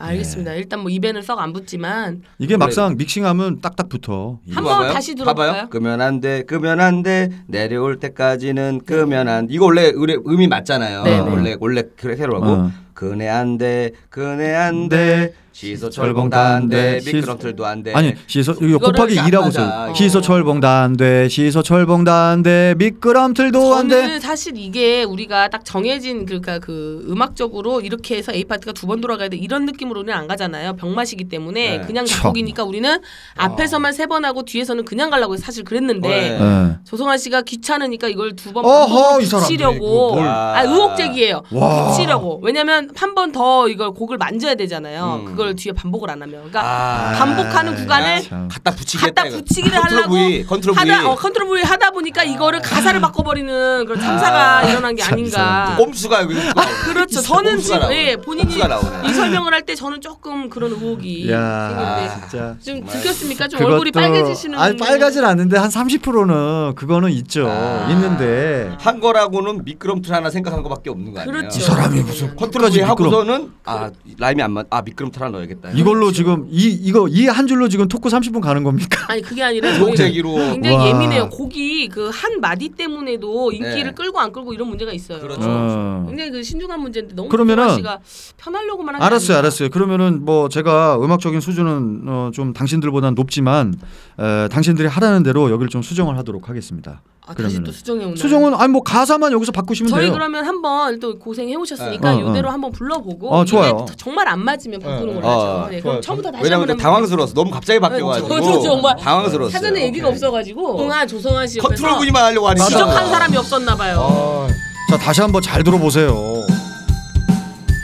Speaker 1: 네.
Speaker 2: 알겠습니다. 일단 뭐 입에는 썩 안 붙지만
Speaker 1: 이게 막상 믹싱하면 딱딱 붙어.
Speaker 2: 한
Speaker 3: 이거
Speaker 2: 번
Speaker 3: 봐봐요.
Speaker 2: 다시 들어볼까요?
Speaker 3: 봐봐요. 끄면 안 돼, 끄면 안 돼, 내려올 때까지는 끄면 안 돼. 이거 원래 의뢰- 음이 맞잖아요.
Speaker 2: 네, 네.
Speaker 3: 원래 원래 그래 새로 하고
Speaker 1: 어.
Speaker 3: 그네 안 돼, 그네 안 돼, 시소 철봉 다안 돼,
Speaker 1: 시소-
Speaker 3: 미끄럼틀도 안
Speaker 2: 네.
Speaker 3: 돼.
Speaker 1: 아니 시소 이거
Speaker 2: 이거를 어.
Speaker 1: 곱하기
Speaker 3: 이렇게
Speaker 1: 2라고
Speaker 3: 안 맞아,
Speaker 1: 써.
Speaker 3: 이거.
Speaker 1: 시소 철봉 다안돼 시소 철봉 다안돼 미끄럼틀도 안돼.
Speaker 2: 저는 사실 이게 우리가 딱 정해진 그러니까 그 음악적으로 이렇게 해서 A 파트가 두 번 돌아가야 돼 이런 느낌으로는 안 가잖아요. 병맛이기 때문에
Speaker 3: 네.
Speaker 2: 그냥
Speaker 1: 참.
Speaker 2: 작곡이니까 우리는 앞에서만 세 번 하고 뒤에서는 그냥 가려고 해서 사실 그랬는데
Speaker 3: 네.
Speaker 1: 예.
Speaker 2: 조성아 씨가 귀찮으니까 이걸 두번
Speaker 1: 어허, 이 사람들이
Speaker 2: 붙이려고
Speaker 1: 그걸-
Speaker 2: 아 의혹 제기예요.
Speaker 1: 와.
Speaker 2: 붙이려고 왜냐면 하지만 한 번 더 이걸 곡을 만져야 되잖아요.
Speaker 3: 음.
Speaker 2: 그걸 뒤에 반복을 안 하면. 그러니까
Speaker 3: 아,
Speaker 2: 반복하는 구간에
Speaker 1: 참.
Speaker 3: 갖다 붙이겠다.
Speaker 2: 갖다
Speaker 3: 이거.
Speaker 2: 붙이기를
Speaker 3: 컨트롤
Speaker 2: 하려고
Speaker 3: V, 컨트롤 V.
Speaker 2: 하다 어, 컨트롤 V 하다 보니까 이거를 가사를 바꿔버리는 그런 참사가
Speaker 3: 아,
Speaker 2: 일어난 게
Speaker 1: 참
Speaker 2: 아닌가.
Speaker 3: 꼼수가 여기 있고.
Speaker 2: 그렇죠. 저는
Speaker 3: 꼼수가
Speaker 2: 지금
Speaker 3: 나오네.
Speaker 2: 예, 본인이
Speaker 3: 꼼수가 나오네.
Speaker 2: 이 설명을 할 때 저는 조금 그런 의혹이
Speaker 1: 야
Speaker 2: 생겼는데
Speaker 1: 진짜
Speaker 3: 아,
Speaker 2: 좀
Speaker 3: 정말.
Speaker 2: 들켰습니까? 좀
Speaker 1: 그것도-
Speaker 2: 얼굴이 빨개지시는
Speaker 1: 아니 빨가진 않는데 한 30%는 그거는 있죠
Speaker 3: 아.
Speaker 1: 있는데
Speaker 3: 한 거라고는 미끄럼틀 하나 생각한 거밖에 없는 거 아니에요?
Speaker 2: 그렇죠.
Speaker 1: 이 사람이 무슨
Speaker 3: 컨트롤
Speaker 1: 끝까지
Speaker 3: V
Speaker 1: 미끄럼
Speaker 3: 하고서는 아 라임이 안 맞. 아 미끄럼틀 하나 넣어야겠다.
Speaker 2: 그렇죠.
Speaker 1: 이걸로 지금 이 이거 이 한 줄로 지금 토크 30분 가는 겁니까?
Speaker 2: 아니 그게 아니라 저희
Speaker 3: 목재기로
Speaker 2: 굉장히
Speaker 1: 와.
Speaker 2: 예민해요. 곡이 그 한 마디 때문에도 인기를
Speaker 3: 네.
Speaker 2: 끌고 안 끌고 이런 문제가 있어요.
Speaker 3: 그렇죠.
Speaker 1: 어.
Speaker 2: 굉장히 그 신중한 문제인데 너무
Speaker 1: 그러면은-
Speaker 2: 그러면은 씨가 편하려고만 하는 게
Speaker 1: 알았어요,
Speaker 2: 아닌가.
Speaker 1: 알았어요. 그러면은 뭐 제가 음악적인 수준은 어, 좀 당신들보다는 높지만 에, 당신들이 하라는 대로 여기를 좀 수정을 하도록 하겠습니다.
Speaker 2: 아, 다시
Speaker 1: 그러면은.
Speaker 2: 또 수정해 오네.
Speaker 1: 수정은 아니 뭐 가사만 여기서 바꾸시면
Speaker 2: 저희
Speaker 1: 돼요.
Speaker 2: 그러면 한번 또 고생해
Speaker 1: 어,
Speaker 2: 오셨으니까
Speaker 1: 어.
Speaker 2: 이대로 한번 불러보고
Speaker 1: 어, 좋아요.
Speaker 2: 이게 정말 안 맞으면
Speaker 3: 어,
Speaker 2: 바꾸는 걸로 하죠. 네, 그럼 처음부터 다시
Speaker 3: 왜냐면
Speaker 2: 한번
Speaker 3: 당황스러워서 너무 갑자기 바뀌어가지고
Speaker 2: 네, 저도 정말
Speaker 3: 당황스러웠어요.
Speaker 2: 사전에 얘기가
Speaker 3: 오케이.
Speaker 2: 없어가지고 그동안 조성환 씨
Speaker 3: 컨트롤
Speaker 2: 옆에서
Speaker 3: V만 하려고 하니까
Speaker 2: 지적한 사람이 없었나 봐요.
Speaker 3: 아,
Speaker 1: 자 다시 한번 잘 들어보세요.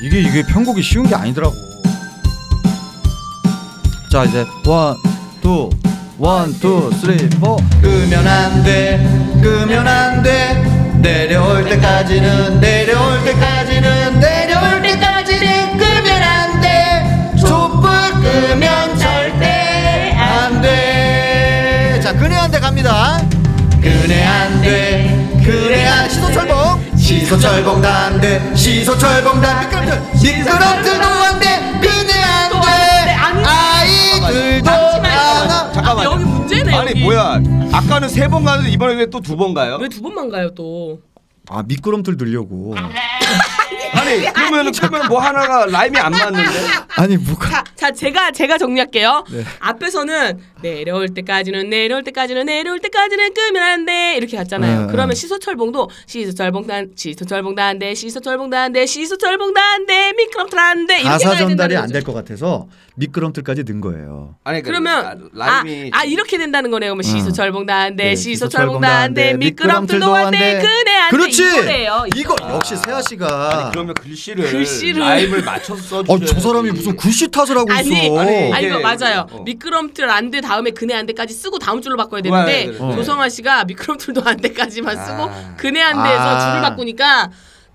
Speaker 1: 이게 이게 편곡이 쉬운 게 아니더라고. 자 이제 원투 원투 쓰리 포 끄면 안돼 끄면 안돼 내려올 때까지는 내려올 때까지는 내려올 때까지는 끄면 안돼 촛불 끄면 절대 안돼 자 끄네 안돼 갑니다 끄네 안돼 끄네 안 시소 철봉 시소 철봉도 안돼 시소 철봉도 안 미끄럼틀 미끄럼틀도 안돼 끄네 안돼 아이들도 안아
Speaker 2: 아,
Speaker 3: 잠깐만요.
Speaker 2: 여기 문제네.
Speaker 3: 아니
Speaker 2: 여기.
Speaker 3: 뭐야? 아까는 세 번 가는데 이번에 또 두 번 가요?
Speaker 2: 왜 두 번만 가요 또?
Speaker 1: 아 미끄럼틀 들려고
Speaker 2: 아.
Speaker 3: 아니 그러면 그러면 뭐 하나가 라임이 안 맞는데
Speaker 1: 아니 뭐가
Speaker 2: 자, 자 제가 제가 정리할게요.
Speaker 1: 네.
Speaker 2: 앞에서는 내려올 때까지는 내려올 때까지는 내려올 때까지는 끄면 안 돼. 이렇게 갔잖아요.
Speaker 1: 네,
Speaker 2: 그러면
Speaker 1: 네.
Speaker 2: 시소철봉도 시소철봉단 시소철봉단 돼. 시소철봉단 돼. 시소철봉단 돼. 미끄럼틀 안 돼. 이렇게
Speaker 1: 가사
Speaker 2: 가야
Speaker 1: 전달이
Speaker 2: 된다는
Speaker 1: 안
Speaker 2: 거죠.
Speaker 1: 될 것 같아서 미끄럼틀까지 넣은 거예요.
Speaker 3: 아니
Speaker 2: 그러면 아,
Speaker 3: 라임이
Speaker 2: 아 이렇게 된다는 거네요. 그러면 시소철봉단 돼.
Speaker 1: 네,
Speaker 2: 시소철봉단 안 돼. 미끄럼틀도 안 돼. 끄네 안 돼.
Speaker 1: 그렇지.
Speaker 2: 아, 이거래요. 이거.
Speaker 1: 이거 역시 세아 씨가
Speaker 3: 아니 그러면 글씨를,
Speaker 2: 글씨를-
Speaker 3: 라임을 네. 맞춰 써
Speaker 1: 어, 저 사람이 무슨 글씨 탓을 하고
Speaker 2: 아니,
Speaker 1: 있어.
Speaker 3: 아니,
Speaker 2: 아
Speaker 3: 아니,
Speaker 2: 이거
Speaker 3: 이게-
Speaker 2: 맞아요.
Speaker 3: 어. 네,
Speaker 2: 미끄럼틀 안 돼 다음에 그네 안 돼까지 쓰고 다음 줄로 바꿔야
Speaker 3: 맞아야
Speaker 2: 되는데
Speaker 3: 되는데.
Speaker 1: 어.
Speaker 2: 조성아 씨가 미끄럼틀도 안 돼까지만 쓰고
Speaker 3: 아.
Speaker 2: 그네 안 돼에서
Speaker 1: 아.
Speaker 2: 줄을 바꾸니까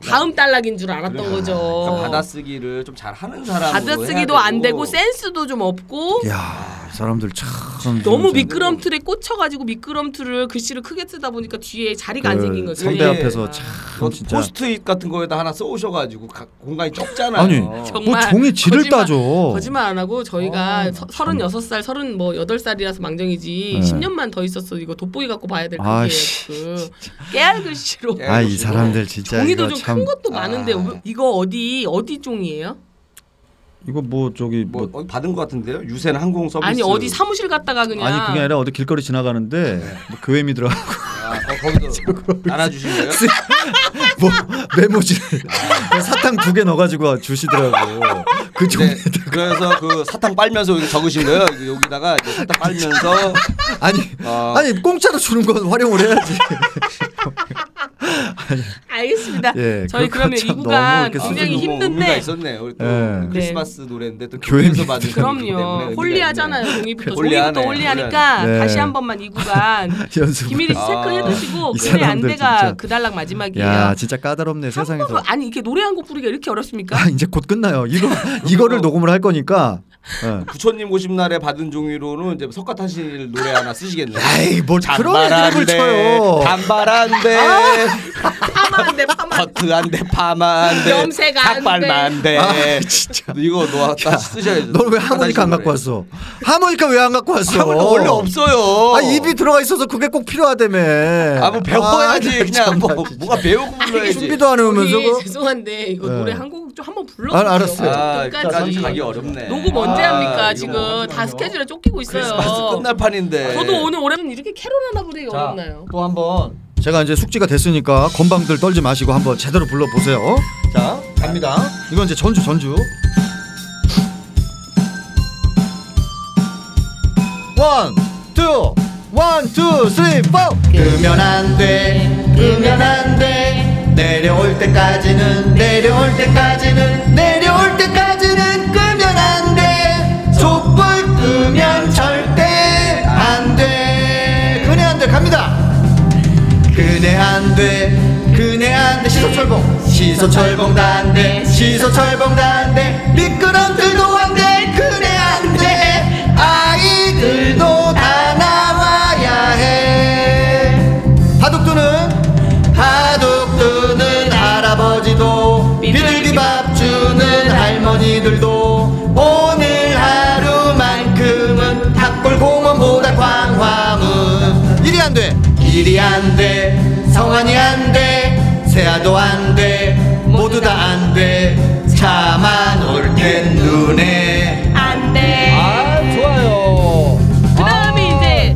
Speaker 2: 다음 단락인 줄 알았던 거죠.
Speaker 3: 그러니까 받아쓰기를 좀 잘하는 사람으로
Speaker 2: 받아쓰기도
Speaker 3: 해야
Speaker 2: 안 되고
Speaker 3: 되고
Speaker 2: 센스도 좀 없고
Speaker 1: 예, 야, 이 사람들 참
Speaker 2: 너무
Speaker 1: 진짜.
Speaker 2: 미끄럼틀에 꽂혀가지고 미끄럼틀을 글씨를 크게 쓰다 보니까 뒤에 자리가 안
Speaker 1: 그
Speaker 2: 생긴 거죠.
Speaker 1: 선배
Speaker 3: 예.
Speaker 1: 앞에서
Speaker 3: 그거
Speaker 1: 참 진짜
Speaker 3: 포스트잇 같은 거에다 하나 써오셔가지고 각- 공간이 좁잖아요.
Speaker 1: 아니 뭐
Speaker 2: 정말
Speaker 1: 종이 지를
Speaker 2: 거짓말-
Speaker 1: 따져.
Speaker 2: 거짓말 안 하고 저희가
Speaker 3: 어,
Speaker 2: 서- 36살, 30 뭐 8살이라서
Speaker 1: 네.
Speaker 2: 망정이지 10년만 더 있었어 이거 돋보기 갖고 봐야 될 그게
Speaker 1: 아이씨,
Speaker 2: 그 깨알 글씨로
Speaker 3: 깨알
Speaker 1: 아 이 사람들 진짜
Speaker 2: 종이도
Speaker 1: 이거
Speaker 2: 좀
Speaker 1: 참
Speaker 2: 큰 것도 많은데
Speaker 3: 아.
Speaker 2: 이거 어디 어디 종이에요?
Speaker 1: 이거 뭐 저기
Speaker 3: 뭐
Speaker 1: 뭐
Speaker 3: 어디 받은 것 같은데요? 유센 항공 서비스
Speaker 2: 아니 어디 사무실 갔다가 뭐 그냥
Speaker 1: 아니 그게 아니라 어디 길거리 지나가는데
Speaker 3: 네.
Speaker 1: 뭐 교회미 들어
Speaker 3: 아, 어, 거기서 나눠주신 거예요?
Speaker 1: 뭐 메모지 사탕 두 개 넣어가지고 주시더라고 그 종이
Speaker 3: 네, 그래서 그 사탕 빨면서 여기 적으신 거예요? 여기다가 이제 사탕 빨면서
Speaker 1: 아니
Speaker 3: 어.
Speaker 1: 아니 공짜로 주는 건 활용을 해야지
Speaker 2: 알겠습니다.
Speaker 1: 예,
Speaker 2: 저희
Speaker 1: 그거
Speaker 2: 그러면 이
Speaker 1: 참 너무
Speaker 2: 구간
Speaker 1: 이렇게
Speaker 3: 아,
Speaker 2: 굉장히
Speaker 3: 그래도 뭐 의미가
Speaker 2: 힘든데
Speaker 3: 있었네요. 우리 또그
Speaker 1: 예.
Speaker 3: 크리스마스 노래인데 또
Speaker 1: 교회미.
Speaker 3: 교회에서 받은 거기 때문에
Speaker 2: 그럼요.
Speaker 3: 의미가
Speaker 2: 홀리하잖아요.
Speaker 3: 있네.
Speaker 2: 종이부터
Speaker 3: 홀리하네,
Speaker 2: 종이부터 홀리하니까
Speaker 1: 홀리하네.
Speaker 2: 다시
Speaker 1: 네.
Speaker 2: 한 번만 이 구간
Speaker 1: 연습
Speaker 2: 김일이
Speaker 3: 아.
Speaker 2: 체크 해두시고
Speaker 1: 이
Speaker 2: 그래 안
Speaker 1: 사람들
Speaker 2: 돼가
Speaker 1: 진짜.
Speaker 2: 그 단락 마지막이에요.
Speaker 1: 야 진짜 까다롭네 세상에서
Speaker 2: 한국어- 아니 이게 노래 한 곡 부르기가 이렇게 어렵습니까?
Speaker 1: 아 이제 곧 끝나요 이거 이거를 녹음을 할 거니까 예.
Speaker 3: 부처님 오십 날에 받은 종이로는 이제 석가탄신 노래 하나 쓰시겠네요.
Speaker 1: 에이 뭘 그런
Speaker 3: 단발한데,
Speaker 1: 애드립을 쳐요
Speaker 3: 단발한데,
Speaker 2: 파마한데 파마.
Speaker 3: 커트한데, 파마한데,
Speaker 2: 염색 안
Speaker 3: 삭발만데.
Speaker 1: 아,
Speaker 3: 이거 놓았다 쓰셔야죠.
Speaker 1: 넌 왜 하모니카 안 갖고 왔어 하모니카 왜 안 갖고 왔어
Speaker 3: 하모니카 원래 없어요.
Speaker 1: 아 입이 들어가 있어서 그게 꼭 필요하다며
Speaker 3: 아뭐 배워야지
Speaker 1: 아,
Speaker 3: 그냥
Speaker 1: 정말
Speaker 3: 뭐 뭐가 배우고 불러야지.
Speaker 1: 준비도 안 해오면서 뭐.
Speaker 2: 우리
Speaker 1: 그거?
Speaker 2: 죄송한데 이거
Speaker 1: 네.
Speaker 2: 노래 한 곡 좀 한번
Speaker 1: 아,
Speaker 2: 불러주세요.
Speaker 1: 알았어요.
Speaker 3: 아,
Speaker 2: 끝까지.
Speaker 3: 끝까지 가기 어렵네.
Speaker 2: 녹음 언제
Speaker 3: 아,
Speaker 2: 합니까
Speaker 3: 이거
Speaker 2: 지금
Speaker 3: 어떡하냐.
Speaker 2: 다 스케줄에 쫓기고 있어요.
Speaker 3: 크리스마스 끝날 판인데.
Speaker 2: 저도 오늘 오랜만 이렇게 캐롤 하나 부르기 어렵나요?
Speaker 3: 또 한번
Speaker 1: 제가 이제 숙지가 됐으니까 건방들 떨지 마시고 한번 제대로 불러보세요
Speaker 3: 자 갑니다.
Speaker 1: 이건 이제 전주 전주 원, 투,
Speaker 3: 그
Speaker 1: 원, 투, 쓰리, 포 끄면 안돼 끄면 안돼
Speaker 4: 내려올 때까지는 내려올 때까지는 내려올 때까지는 끄면 안돼 촛불 끄면 절대 안돼 그네 안돼 갑니다 그네 안돼 그네 안돼 시소철봉 시소철봉 안돼 시소철봉 안돼 미끄럼틀도 안돼 그네 안돼 아이들도 다 나와야 해 바둑두는 바둑두는 할아버지도 비둘기밥 주는 할머니들도 오늘 하루만큼은 탑골공원보다 광화문 일이 안돼 일이 안돼 성환이 안돼 세아도 안돼 모두 다 안돼 차만 올 땐 눈에
Speaker 3: 아.
Speaker 2: 안돼.
Speaker 4: 좋아요
Speaker 2: 그다음에 이제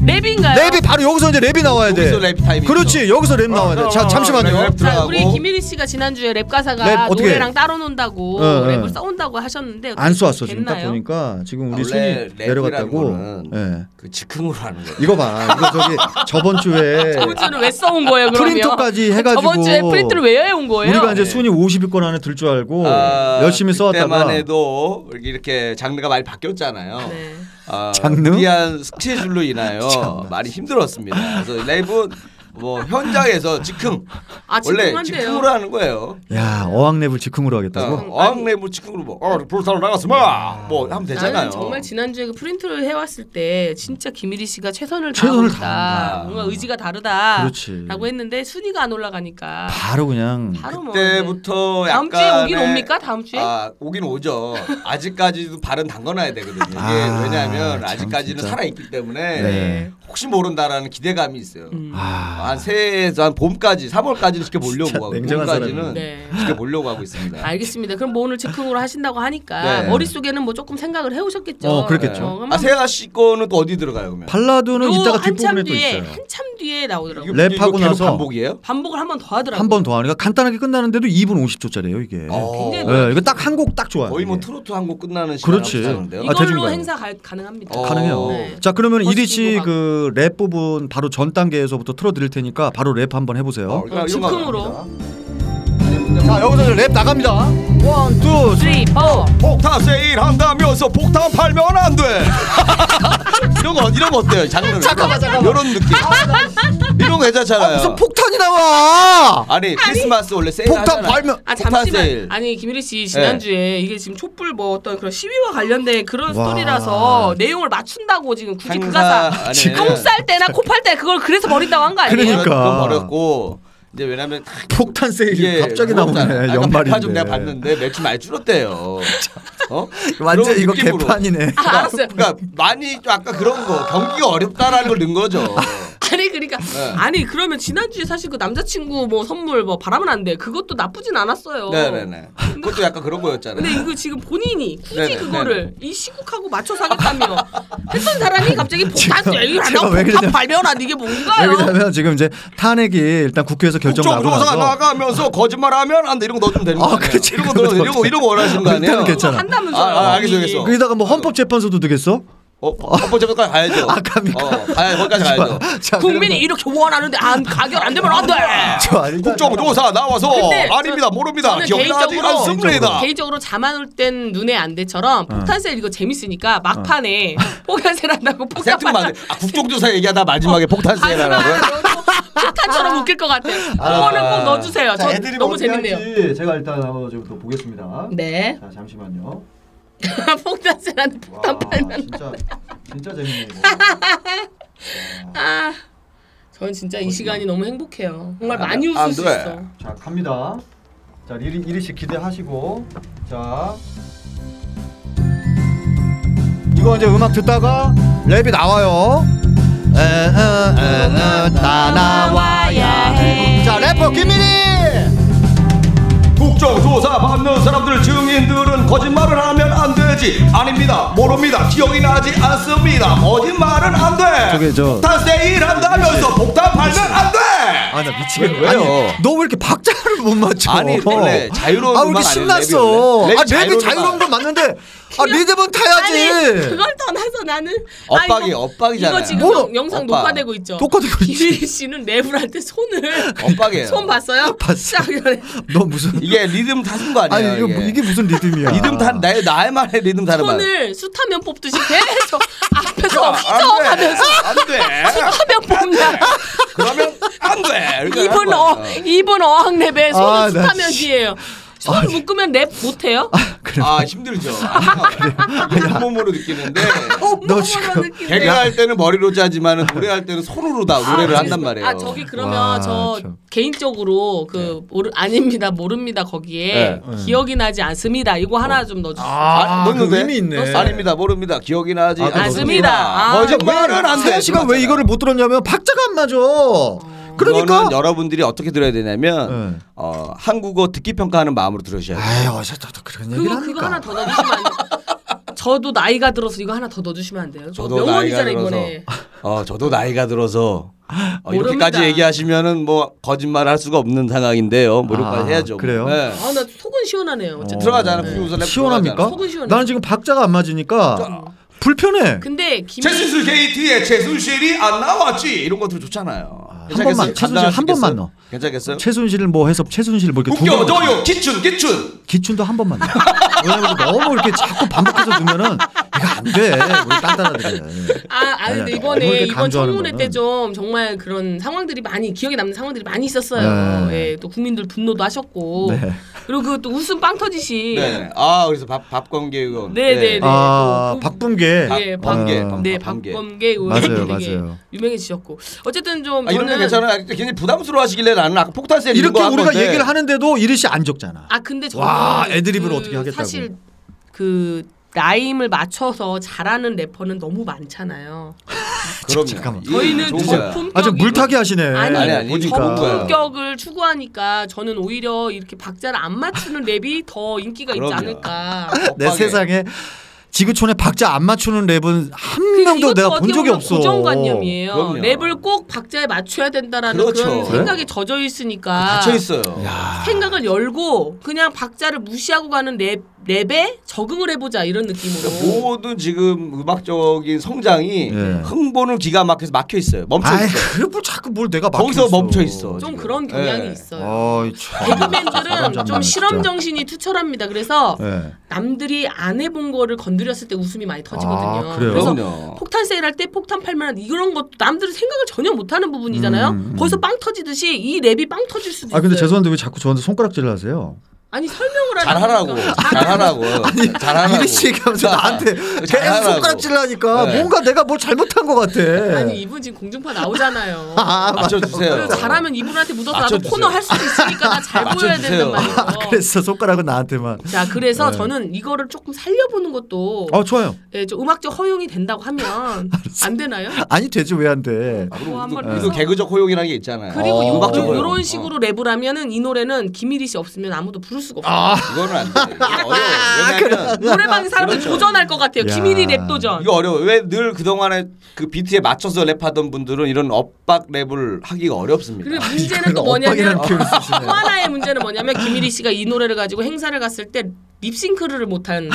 Speaker 2: 랩인가요?
Speaker 1: 랩이 바로 여기서 이제 랩이 나와야 돼.
Speaker 3: 여기서 랩 타이밍이죠. 어,
Speaker 1: 그렇지 여기서 랩 나와야 돼. 자 잠시만요.
Speaker 3: 랩
Speaker 2: 자,
Speaker 3: 들어가고.
Speaker 2: 우리 김일희 씨가 지난주에 랩 가사가
Speaker 1: 랩 어떻게
Speaker 2: 노래랑 따로 논다고
Speaker 1: 어,
Speaker 2: 랩을
Speaker 1: 어.
Speaker 2: 써온다고 하셨는데
Speaker 1: 안 쏘았어 지금 딱
Speaker 2: 됐나요?
Speaker 1: 보니까 지금 우리
Speaker 3: 원래
Speaker 1: 손이
Speaker 3: 랩이라는
Speaker 1: 내려갔다고.
Speaker 3: 거는
Speaker 1: 예.
Speaker 3: 그 즉흥으로 하는 거예요.
Speaker 1: 이거 봐. 이거 저기 저번 주에
Speaker 2: 저번 주는 왜 써온 거예요? 그러면
Speaker 1: 프린트까지 해가지고
Speaker 2: 저번 주에 프린트를 왜 해온 거예요?
Speaker 1: 우리가 이제
Speaker 3: 네.
Speaker 1: 순위 50위권 안에 들 줄 알고
Speaker 3: 아,
Speaker 1: 열심히
Speaker 3: 그때만
Speaker 1: 써왔다가
Speaker 3: 해도 이렇게- 이렇게 장르가 많이 바뀌었잖아요.
Speaker 2: 네.
Speaker 3: 아,
Speaker 1: 장르?
Speaker 3: 무리한 스케줄로 인하여 많이 힘들었습니다. 그래서 랩은 뭐 현장에서 즉흥
Speaker 2: 아
Speaker 3: 원래
Speaker 2: 직통한데요.
Speaker 3: 즉흥으로 하는 거예요.
Speaker 1: 야 어학 랩을 즉흥으로 하겠다고.
Speaker 3: 어학랩을 즉흥으로 뭐 어, 불사로 나갔으마 뭐 하면 되잖아요.
Speaker 2: 나는 정말 지난주에 그 프린트를 해왔을 때 진짜 김일희 씨가 최선을,
Speaker 1: 최선을
Speaker 2: 다한다.
Speaker 1: 다한다.
Speaker 2: 뭔가 의지가 다르다.
Speaker 1: 그렇지.
Speaker 2: 라고 했는데 순위가 안 올라가니까
Speaker 1: 바로 그냥
Speaker 2: 바로 뭐
Speaker 3: 그때부터
Speaker 2: 다음
Speaker 3: 약간
Speaker 2: 주에 오긴 옵니까? 다음 주에?
Speaker 3: 아 오긴 오죠. 아직까지도 발은 담궈놔야 되거든요. 이게
Speaker 1: 아,
Speaker 3: 왜냐하면
Speaker 1: 참
Speaker 3: 아직까지는
Speaker 1: 진짜.
Speaker 3: 살아 있기 때문에
Speaker 1: 네.
Speaker 3: 혹시 모른다라는 기대감이 있어요.
Speaker 2: 음.
Speaker 1: 아,
Speaker 3: 한 새해에서 한 봄까지 3월까지는
Speaker 1: 진짜
Speaker 3: 지켜보려고 하고
Speaker 1: 냉정한
Speaker 3: 봄까지는
Speaker 1: 사람이네.
Speaker 2: 네.
Speaker 3: 지켜보려고 하고 있습니다.
Speaker 2: 알겠습니다. 그럼 뭐 오늘 즉흥으로 하신다고 하니까
Speaker 3: 네.
Speaker 2: 머릿속에는 뭐 조금 생각을 해오셨겠죠.
Speaker 1: 어, 그렇겠죠.
Speaker 2: 어, 그럼
Speaker 3: 아 세아 씨 거는 또 어디 들어가요 그러면?
Speaker 1: 발라드는
Speaker 2: 요
Speaker 1: 이따가
Speaker 2: 한참
Speaker 1: 뒷부분에 또
Speaker 2: 뒤에
Speaker 1: 있어요.
Speaker 2: 한참 뒤에 나오더라고요.
Speaker 3: 이거-
Speaker 1: 랩하고
Speaker 3: 이거 계속
Speaker 1: 나서
Speaker 3: 반복이에요?
Speaker 2: 반복을 한 번 더 하더라고요.
Speaker 1: 한 번 더 하니까 간단하게 끝나는데도 2분 50초짜리예요 이게.
Speaker 3: 어.
Speaker 2: 굉장히
Speaker 1: 예, 이거 딱 한 곡 딱 좋아요.
Speaker 3: 거의 뭐
Speaker 1: 이게.
Speaker 3: 트로트 한 곡 끝나는 시간
Speaker 1: 네. 그렇지.
Speaker 3: 비슷한데요.
Speaker 1: 아,
Speaker 2: 이걸로
Speaker 1: 대중가요.
Speaker 2: 행사 가, 가능합니다.
Speaker 3: 어.
Speaker 1: 가능해요.
Speaker 2: 네.
Speaker 1: 자 그러면
Speaker 2: 버스
Speaker 1: 이리 씨
Speaker 2: 이동하고.
Speaker 1: 그 랩 부분 바로 전 단계에서부터 틀어드릴 테니까 바로 랩 한번 해보세요.
Speaker 3: 그러니까 이런 거
Speaker 2: 어, 즉흥으로.
Speaker 3: 합니다.
Speaker 1: 자 아, 여기서 이제 랩 나갑니다. 원, 투, 쓰리.
Speaker 2: 3, 4
Speaker 3: 폭탄 세일한다면서 폭탄 팔면 안 돼. 이런 거 이런 거 어때요? 장르. 잠깐만 잠깐만. 이런 느낌.
Speaker 2: 아,
Speaker 3: 이런 거 괜찮잖아요.
Speaker 1: 무슨 폭탄이 나와?
Speaker 3: 아니 크리스마스 원래 세일
Speaker 1: 폭탄
Speaker 3: 하잖아요.
Speaker 1: 발명.
Speaker 2: 아
Speaker 3: 폭탄
Speaker 2: 잠시만
Speaker 3: 세일. 네.
Speaker 2: 아니 김일희 씨 지난주에 이게 지금 촛불 뭐 어떤 그런 시위와 관련된 그런
Speaker 1: 와.
Speaker 2: 스토리라서 내용을 맞춘다고 지금 굳이 그
Speaker 3: 행사
Speaker 2: 가사
Speaker 3: 안에
Speaker 2: 한국 쌀 때나 코팔 때 그걸 그래서 버린다고 한 거 아니에요?
Speaker 1: 그러니까.
Speaker 3: 그건 버렸고 이제 왜냐면 다
Speaker 1: 예, 폭탄 세일
Speaker 3: 이게
Speaker 1: 갑자기
Speaker 3: 무섭잖아요.
Speaker 1: 나오네
Speaker 3: 아까 백화 좀 내가
Speaker 1: 연말인데.
Speaker 3: 봤는데 매출 많이 줄었대요. 어?
Speaker 1: 완전
Speaker 3: 그런
Speaker 1: 이거
Speaker 3: 느낌으로.
Speaker 1: 개판이네.
Speaker 2: 아, 알았어요.
Speaker 3: 그러니까 많이 좀 아까 그런 거 경기가 어렵다라는 걸 넣은 거죠.
Speaker 2: 아니 그러니까
Speaker 3: 네.
Speaker 2: 아니 그러면 지난주에 사실 그 남자친구 뭐 선물 뭐 바라면 안 돼 그것도 나쁘진 않았어요.
Speaker 3: 네네네. 그것도 약간 그런 거였잖아요.
Speaker 2: 근데 이거 지금 본인이 굳이
Speaker 3: 네네,
Speaker 2: 그거를 이 시국하고 맞춰 사겠다며 했던 사람이 갑자기 폭탄
Speaker 1: 지금
Speaker 2: 얘기를 안
Speaker 1: 제가
Speaker 2: 하고
Speaker 1: 왜
Speaker 2: 폭탄
Speaker 1: 그러냐-
Speaker 2: 발명한 이게 뭔가요?
Speaker 1: 왜냐면 지금 이제 탄핵이 일단 국회에서 결정 나고
Speaker 3: 국정조사
Speaker 1: 나서
Speaker 3: 나가면서 거짓말하면 안 돼 이런 거 넣어주면 되는
Speaker 1: 아,
Speaker 3: 거 아니에요?
Speaker 1: 그렇지.
Speaker 3: 이런 거 넣어 이런 거 이런 거 원하시는 거 아니에요?
Speaker 1: 일단은 괜찮아.
Speaker 2: 한다면서요.
Speaker 3: 아, 아, 알겠어, 알겠어.
Speaker 1: 거기다가 뭐 헌법재판소도 되겠어?
Speaker 3: 어, 첫 번째까지 가야죠.
Speaker 1: 아, 갑니까?
Speaker 3: 어, 가야 거기까지 가야죠.
Speaker 1: 자,
Speaker 2: 국민이 이렇게 원하는데 안 가결 안 되면 안 돼.
Speaker 1: 저 일단
Speaker 3: 국정조사 나와서
Speaker 2: 근데 저-
Speaker 3: 아닙니다, 모릅니다,
Speaker 2: 저는
Speaker 3: 기억나지
Speaker 2: 개인적으로-
Speaker 3: 않습니다.
Speaker 2: 개인적으로 잠안 올 땐 눈에 안
Speaker 3: 어.
Speaker 2: 돼처럼 폭탄셀 이거 재밌으니까 막판에 폭탄셀 한다고 폭탄
Speaker 3: 세트 맞아. 아, 국정조사 얘기하다
Speaker 2: 어,
Speaker 3: 마지막에 폭탄
Speaker 2: 가지
Speaker 3: 세라라고요?
Speaker 2: 폭탄처럼 웃길 것 같아. 그거는 꼭 넣어주세요. 저 너무 재밌네요.
Speaker 1: 제가 일단 한번 좀 더 보겠습니다.
Speaker 2: 네.
Speaker 1: 자 잠시만요.
Speaker 2: 폭탄셀한테 폭탄
Speaker 1: 와 진짜 진짜 재밌네요.
Speaker 2: 아, 전 진짜 이 시간이 너무 행복해요. 정말
Speaker 3: 아,
Speaker 2: 많이
Speaker 3: 아,
Speaker 2: 웃을 수
Speaker 3: 네.
Speaker 2: 있어.
Speaker 1: 자 갑니다. 자 이리 이리 씨 기대하시고 자 이거 이제 음악 듣다가 랩이 나와요. 어, 에에에에 다 나와야 해. 자 래퍼 김민희.
Speaker 3: 국정조사 받는 사람들 증인들은 거짓말을 하면 안 되지 아닙니다 모릅니다 기억이 나지 않습니다 거짓말은 안돼
Speaker 1: 저기 저-
Speaker 3: 폭탄 세일한다면서 폭탄 팔면 안돼
Speaker 1: 아 나 미치겠네.
Speaker 3: 왜, 왜요?
Speaker 1: 아니 너 왜 이렇게 박자를 못 맞춰?
Speaker 3: 아니 원래 자유로운
Speaker 1: 아 우리
Speaker 3: 음악 아니에요,
Speaker 1: 신났어.
Speaker 3: 랩이 원래?
Speaker 1: 아
Speaker 3: 랩이 자유로운
Speaker 1: 랩이 자유로운
Speaker 3: 음악.
Speaker 1: 건 맞는데 아 리듬은 타야지.
Speaker 2: 그걸 떠나서 나는 아,
Speaker 3: 엇박이,
Speaker 2: 이거-
Speaker 3: 엇박이잖아요.
Speaker 2: 이거 지금
Speaker 1: 뭐?
Speaker 2: 영- 영상
Speaker 3: 엇박.
Speaker 2: 녹화되고 있죠.
Speaker 1: 똑같은 거지.
Speaker 2: 김일 씨는 랩을 할 때 손을
Speaker 3: 엇박이에요.
Speaker 2: 손 봤어요?
Speaker 1: 봤어.
Speaker 2: 딱 이렇게.
Speaker 1: 너 무슨
Speaker 3: 이게 리듬 타는 거
Speaker 1: 아니
Speaker 3: 아니에요?
Speaker 1: 이거 뭐- 이게 아. 무슨 리듬이야?
Speaker 3: 리듬 다 나의 나의 말에 리듬 다른 말. 아,
Speaker 2: 손을 수타면 뽑듯이 계속 앞에서
Speaker 3: 안 돼.
Speaker 2: 휘저어가면서
Speaker 3: 안 돼.
Speaker 2: 수타면 뽑냐
Speaker 3: 그러면 안 돼. 이렇게 하는
Speaker 2: 이번
Speaker 3: 거예요.
Speaker 2: 어 이번 어학 랩에 손을
Speaker 1: 아, 나
Speaker 2: 수타면 뒤에요. 손 묶으면 랩 못해요?
Speaker 1: 그래.
Speaker 3: 아 힘들죠. 이게 몸으로 느끼는데
Speaker 1: 아, 너 지금
Speaker 3: 개그 할 때는 머리로 짜지만 노래할 때는 손으로 다 노래를
Speaker 2: 아,
Speaker 3: 한단 말이에요.
Speaker 2: 아 저기 그러면
Speaker 1: 와,
Speaker 2: 저
Speaker 1: 참.
Speaker 2: 개인적으로 그 모르 아닙니다 모릅니다 거기에 기억이 나지 않습니다 이거 하나 좀 넣어주세요.
Speaker 3: 아,
Speaker 1: 그
Speaker 3: 넣었는데?
Speaker 1: 의미 있네.
Speaker 3: 아닙니다 모릅니다 기억이 나지
Speaker 1: 아,
Speaker 3: 않습니다.
Speaker 2: 맞습니다. 아.
Speaker 3: 거짓말은 안 돼.
Speaker 1: 세현 씨가 왜 이거를 못 들었냐면 박자가 안 맞아. 그러니까.
Speaker 3: 그러니까 여러분들이 어떻게 들어야 되냐면
Speaker 1: 네.
Speaker 3: 어, 한국어 듣기 평가하는 마음으로 들으셔야 돼요.
Speaker 1: 에이 어서 또 그런 얘기를
Speaker 2: 그거
Speaker 1: 합니까?
Speaker 2: 그거 하나 더 넣어주시면 안 돼요? 저도 나이가 들어서 이거 하나 더 넣어주시면 안 돼요? 저거 명언이잖아 이번에.
Speaker 3: 어 저도 나이가 들어서 어,
Speaker 2: 모릅니다.
Speaker 3: 이렇게까지 얘기하시면은 뭐 거짓말 할 수가 없는 상황인데요. 뭐 이렇게까지
Speaker 1: 아,
Speaker 3: 해야죠.
Speaker 1: 그래요?
Speaker 3: 네.
Speaker 2: 아 나 속은 시원하네요. 어쨌든
Speaker 3: 들어가잖아. 부유선
Speaker 1: 시원합니까?
Speaker 2: 속은 시원해.
Speaker 1: 나는 지금 박자가 안 맞으니까 불편해.
Speaker 2: 근데 김
Speaker 3: 제수술 게이트에 제수실이 안 나왔지 이런 것들 좋잖아요.
Speaker 1: 번만, 최순실
Speaker 3: 간단할
Speaker 1: 한
Speaker 3: 수 있겠어요?
Speaker 1: 번만 넣어.
Speaker 3: 괜찮겠어요?
Speaker 1: 최순실을 뭐 해서 최순실 뭐 이렇게 두 번-
Speaker 3: 웃겨줘요 기춘 기춘.
Speaker 1: 기춘도 한 번만 넣어. 왜냐면 너무 이렇게 자꾸 반복해서 넣으면은 이거 안 돼. 우리
Speaker 3: 그러니까.
Speaker 1: 딴딴하들.
Speaker 2: 아, 아 근데
Speaker 1: 아니, 너무
Speaker 2: 이번에
Speaker 1: 이렇게
Speaker 2: 이번
Speaker 1: 강조하는
Speaker 2: 청문회
Speaker 1: 거는.
Speaker 2: 때 좀 정말 그런 상황들이 많이 기억에 남는 상황들이 많이 있었어요.
Speaker 1: 네.
Speaker 2: 예, 또 국민들 분노도 하셨고
Speaker 1: 네.
Speaker 2: 그리고 그 또 웃음 빵 터지시.
Speaker 1: 예.
Speaker 3: 네. 아 그래서 밥 밥광계 의원.
Speaker 2: 네, 네, 네.
Speaker 1: 아
Speaker 2: 또 그-
Speaker 1: 박범계.
Speaker 3: 아,
Speaker 2: 네,
Speaker 3: 박범계.
Speaker 2: 박-
Speaker 3: 박-
Speaker 2: 네,
Speaker 3: 박범계.
Speaker 2: 박범계 의원
Speaker 1: 어. 맞아요,
Speaker 2: 되게
Speaker 1: 맞아요.
Speaker 2: 유명해지셨고 어쨌든 좀
Speaker 3: 아, 이런 게
Speaker 2: 저는
Speaker 3: 괜찮아요. 굉장히 부담스러워하시길래 나는 아까 폭탄 쌤 이런
Speaker 1: 이렇게
Speaker 3: 거한
Speaker 1: 우리가
Speaker 3: 건데.
Speaker 1: 얘기를 하는데도 이르시 안 적잖아.
Speaker 2: 아 근데 저는
Speaker 1: 와, 애드립을 어떻게 하겠다고.
Speaker 2: 사실 그 라임을 맞춰서 잘하는 래퍼는 너무 많잖아요.
Speaker 3: 그럼요.
Speaker 1: 잠깐만.
Speaker 3: 이게
Speaker 2: 저희는
Speaker 3: 예, 좋은 거야.
Speaker 2: 저품격
Speaker 1: 아주 물타기 하시네.
Speaker 2: 아니, 아니,
Speaker 3: 아니, 이게
Speaker 1: 보니까.
Speaker 3: 좋은 거야.
Speaker 2: 저품격을 추구하니까 저는 오히려 이렇게 박자를 안 맞추는 랩이 더 인기가 있지
Speaker 3: 그럼요.
Speaker 2: 않을까.
Speaker 1: 내
Speaker 3: 엇박에.
Speaker 1: 세상에 지구촌에 박자 안 맞추는 랩은 한 명도
Speaker 2: 이것도
Speaker 1: 내가 본
Speaker 2: 어떻게
Speaker 1: 적이
Speaker 2: 보면
Speaker 1: 없어.
Speaker 2: 고정관념이에요.
Speaker 3: 그럼요.
Speaker 2: 랩을 꼭 박자에 맞춰야 된다라는 그
Speaker 3: 그렇죠.
Speaker 2: 런
Speaker 1: 네?
Speaker 3: 그래?
Speaker 2: 생각이 젖어 있으니까
Speaker 1: 그
Speaker 3: 갇혀
Speaker 1: 아.
Speaker 3: 있어요.
Speaker 2: 생각을 열고 그냥 박자를 무시하고 가는 랩 랩에 적응을 해보자 이런
Speaker 1: 그러니까 뭐
Speaker 2: 느낌으로.
Speaker 3: 그러니까 모든 지금 음악적인 성장이
Speaker 1: 예.
Speaker 3: 흥보는 기가 막혀서 막혀 있어요. 멈춰
Speaker 1: 아이,
Speaker 3: 있어.
Speaker 1: 그걸 뭘 자꾸 뭘 내가 막혀
Speaker 3: 거기서
Speaker 1: 있어.
Speaker 3: 멈춰 있어.
Speaker 2: 좀
Speaker 3: 지금.
Speaker 2: 그런 경향이
Speaker 3: 예.
Speaker 2: 있어요.
Speaker 1: 네. 아이, 참.
Speaker 2: 개그맨들은
Speaker 1: 진짜.
Speaker 2: 좀 실험 정신이 투철합니다. 그래서
Speaker 1: 예.
Speaker 2: 남들이 안 해본 거를 건드렸을 때 웃음이 많이 터지거든요.
Speaker 1: 아, 그래요?
Speaker 2: 래서
Speaker 3: 그럼요.
Speaker 2: 어. 폭탄 세일할 때 폭탄 팔면 이런 것도 남들이 생각을 전혀 못하는 부분이잖아요.
Speaker 1: 음, 음.
Speaker 2: 거기서 빵 터지듯이 이 랩이 빵 터질 수도
Speaker 1: 아 근데
Speaker 2: 있어요.
Speaker 1: 죄송한데 왜 자꾸 저한테 손가락질을 하세요?
Speaker 2: 아니 설명을
Speaker 3: 잘하라고.
Speaker 2: 거니까. 아,
Speaker 3: 잘하라고. 잘하라고.
Speaker 1: 아, 이리씨 얘기하면서 나한테 계속
Speaker 3: 잘하라고.
Speaker 1: 손가락질을 하니까
Speaker 3: 네.
Speaker 1: 뭔가 내가 뭘 잘못한 것 같아.
Speaker 2: 아니 이분 지금 공중파 나오잖아요.
Speaker 3: 맞춰
Speaker 2: 그리고
Speaker 3: 주세요.
Speaker 2: 잘하면 이분한테 묻어서 나도
Speaker 3: 맞춰주세요.
Speaker 2: 코너 할 수도 있으니까 나 잘 보여야
Speaker 3: 맞춰주세요. 아,
Speaker 2: 된단 말이에요.
Speaker 1: 그래서 손가락은 나한테만.
Speaker 2: 자 그래서 저는 이거를 조금 살려보는 것도
Speaker 1: 어 좋아요.
Speaker 2: 예, 좀 음악적 허용이 된다고 하면 안 되나요?
Speaker 1: 아니 되지 왜 안 돼?
Speaker 3: 아,
Speaker 2: 뭐
Speaker 3: 그리고
Speaker 2: 한번
Speaker 3: 우리도,
Speaker 2: 해서.
Speaker 3: 우리도 개그적 호용이라는 게 있잖아요.
Speaker 2: 그리고
Speaker 1: 어,
Speaker 2: 요,
Speaker 1: 음악적
Speaker 2: 요,
Speaker 1: 허용.
Speaker 2: 요런 식으로 랩을 하면은 이 노래는 김일희 씨 없으면 아무도 부를 수가 없어요.
Speaker 3: 이거는 안 돼. 이거
Speaker 1: 아,
Speaker 3: 어려워. 왜냐면
Speaker 2: 노래방 사람들
Speaker 3: 그렇죠.
Speaker 2: 이 도전할 것 같아요.
Speaker 1: 야.
Speaker 2: 김일희 랩 도전.
Speaker 3: 이거 어려워. 왜 늘 그동안에 그 비트에 맞춰서 랩하던 분들은 이런 엇박 랩을 하기가 어렵습니다.
Speaker 2: 그리고 문제는 또
Speaker 1: 아, 엇박이라는
Speaker 2: 뭐냐면
Speaker 1: 표현을
Speaker 2: 또
Speaker 1: 쓰시네.
Speaker 2: 하나의 문제는 뭐냐면 김일희 씨가 이 노래를 가지고 행사를 갔을 때 립싱크를 못한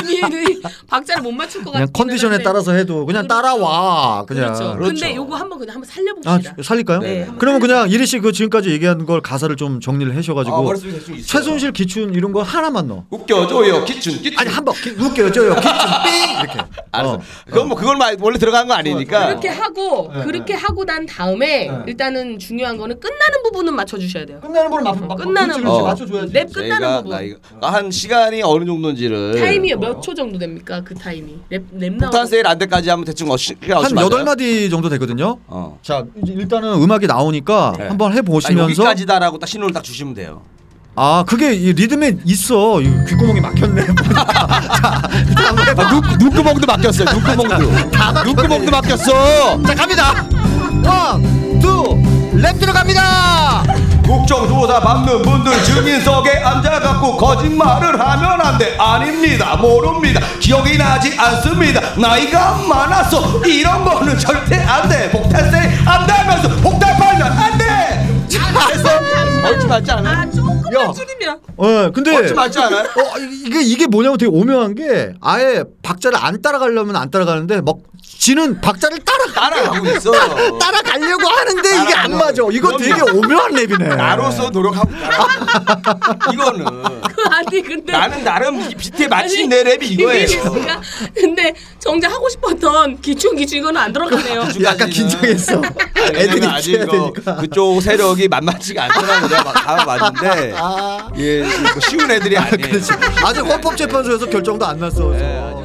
Speaker 2: 김일희 박자를 못 맞출 것 같아요.
Speaker 1: 그냥 컨디션에 따라서 해도 그냥
Speaker 2: 그렇죠.
Speaker 1: 따라와 그냥.
Speaker 2: 그렇죠. 근데
Speaker 3: 그렇죠.
Speaker 2: 요거 한번 그냥 한번
Speaker 1: 아
Speaker 2: 살려봅시다.
Speaker 1: 주- 살릴까요?
Speaker 3: 네,
Speaker 2: 한번
Speaker 1: 그러면 그냥 이리 씨 그 지금까지 얘기한 걸 가사를 좀 정리를
Speaker 3: 아,
Speaker 1: 해셔가지고
Speaker 3: 머릿속에 대충 있어요.
Speaker 1: 최순실 기춘 이런 거 하나만 넣어.
Speaker 3: 웃겨줘요 기춘 기춘.
Speaker 1: 아니 한번 기- 웃겨요 저요 기춘 삥 이렇게.
Speaker 3: 알았어.
Speaker 1: 어.
Speaker 3: 그건 뭐 그걸 말- 원래 들어간 거 아니니까.
Speaker 2: 그렇게 하고
Speaker 1: 네.
Speaker 2: 그렇게 하고 난 다음에 일단은 중요한 거는 끝나는 부분은 맞춰 주셔야 돼요.
Speaker 1: 끝나는 거를 맞
Speaker 2: 음. 끝나는
Speaker 1: 그렇지,
Speaker 2: 부분.
Speaker 1: 그렇지,
Speaker 3: 어.
Speaker 1: 맞춰줘야지.
Speaker 2: 랩 끝나는 부분.
Speaker 3: 나이가 아, 한 시간이 어느 정도인지를
Speaker 1: 네.
Speaker 2: 타임이 몇 초 정도 됩니까? 그 타임이. 랩랩 나오.
Speaker 3: 폭탄 세일 안 때까지 하면 대충 어시
Speaker 1: 한 여덟 마디 정도 되거든요.
Speaker 3: 어.
Speaker 1: 자 이제 일단은 음악이 나오니까
Speaker 3: 네.
Speaker 1: 한번
Speaker 3: 아,
Speaker 1: 해보시면서
Speaker 3: 여기까지다라고 딱 신호를 딱 주시면 돼요.
Speaker 1: 아 그게 이 리듬에 있어 이 귓구멍이 막혔네
Speaker 3: 아, 눈, 눈구멍도 맡겼어요. 눈구멍도. 눈구멍도 맡겼어.
Speaker 1: 자 갑니다 원투랩 들어갑니다
Speaker 3: 국정조사 받는 분들 증인석에 앉아갖고 거짓말을 하면 안 돼. 아닙니다. 모릅니다. 기억이 나지 않습니다. 나이가 많아서 이런 거는 절대 안 돼. 폭탄 세일 안 되면서 폭탄 팔면 안 돼. 맞지 않아요?
Speaker 2: 아 조금만
Speaker 1: 야.
Speaker 2: 줄이면
Speaker 1: 어, 근데
Speaker 3: 펀치 맞지 않아요?
Speaker 1: 어, 이- 이게 이게 뭐냐면 되게 오묘한 게 아예 박자를 안 따라가려면 안 따라가는데 막 지는 박자를 따라
Speaker 3: 따라가고 있어.
Speaker 1: 따라가려고 하는데 이게 안 맞아. 이거
Speaker 3: 그럼요.
Speaker 1: 되게 오묘한 랩이네.
Speaker 3: 나로서 노력하고 따라가. 이거는
Speaker 2: 아니 근데
Speaker 3: 나는 나름 이 비트에
Speaker 2: 아니,
Speaker 3: 맞춘 내 랩이 이거예요.
Speaker 2: 김민수가 근데 정작 하고 싶었던 기충 기충 이거는 안 들어가네요.
Speaker 1: 약간 긴장했어. 애들이
Speaker 3: 애들이 아, 아직
Speaker 1: 해야
Speaker 3: 이거
Speaker 1: 되니까.
Speaker 3: 그쪽 세력이 만만치가 않더라고 내가 막 가봤는데 예, 뭐 쉬운 애들이 아니에요.
Speaker 1: 아. 그렇지. 아직 헌법재판소에서 결정도 안 났어. 그래서.
Speaker 3: 네, 아직-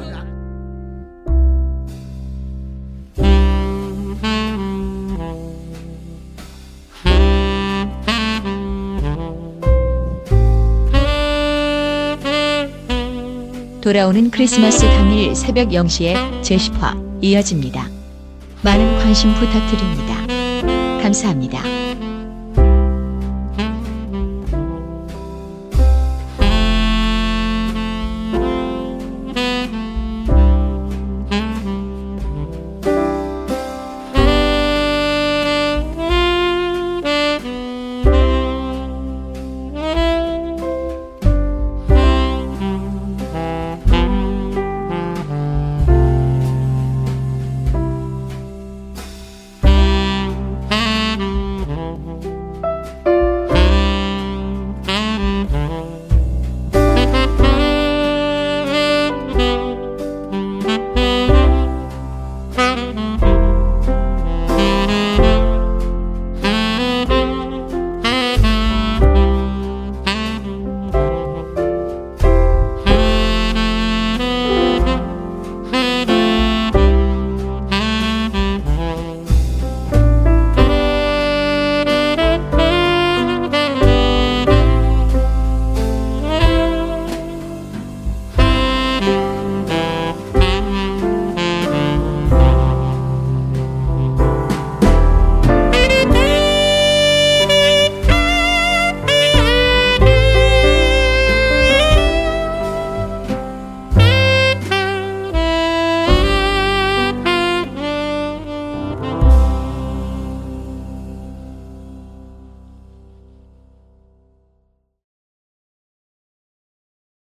Speaker 5: 돌아오는 크리스마스 당일 새벽 0시에 제10화 이어집니다. 많은 관심 부탁드립니다. 감사합니다.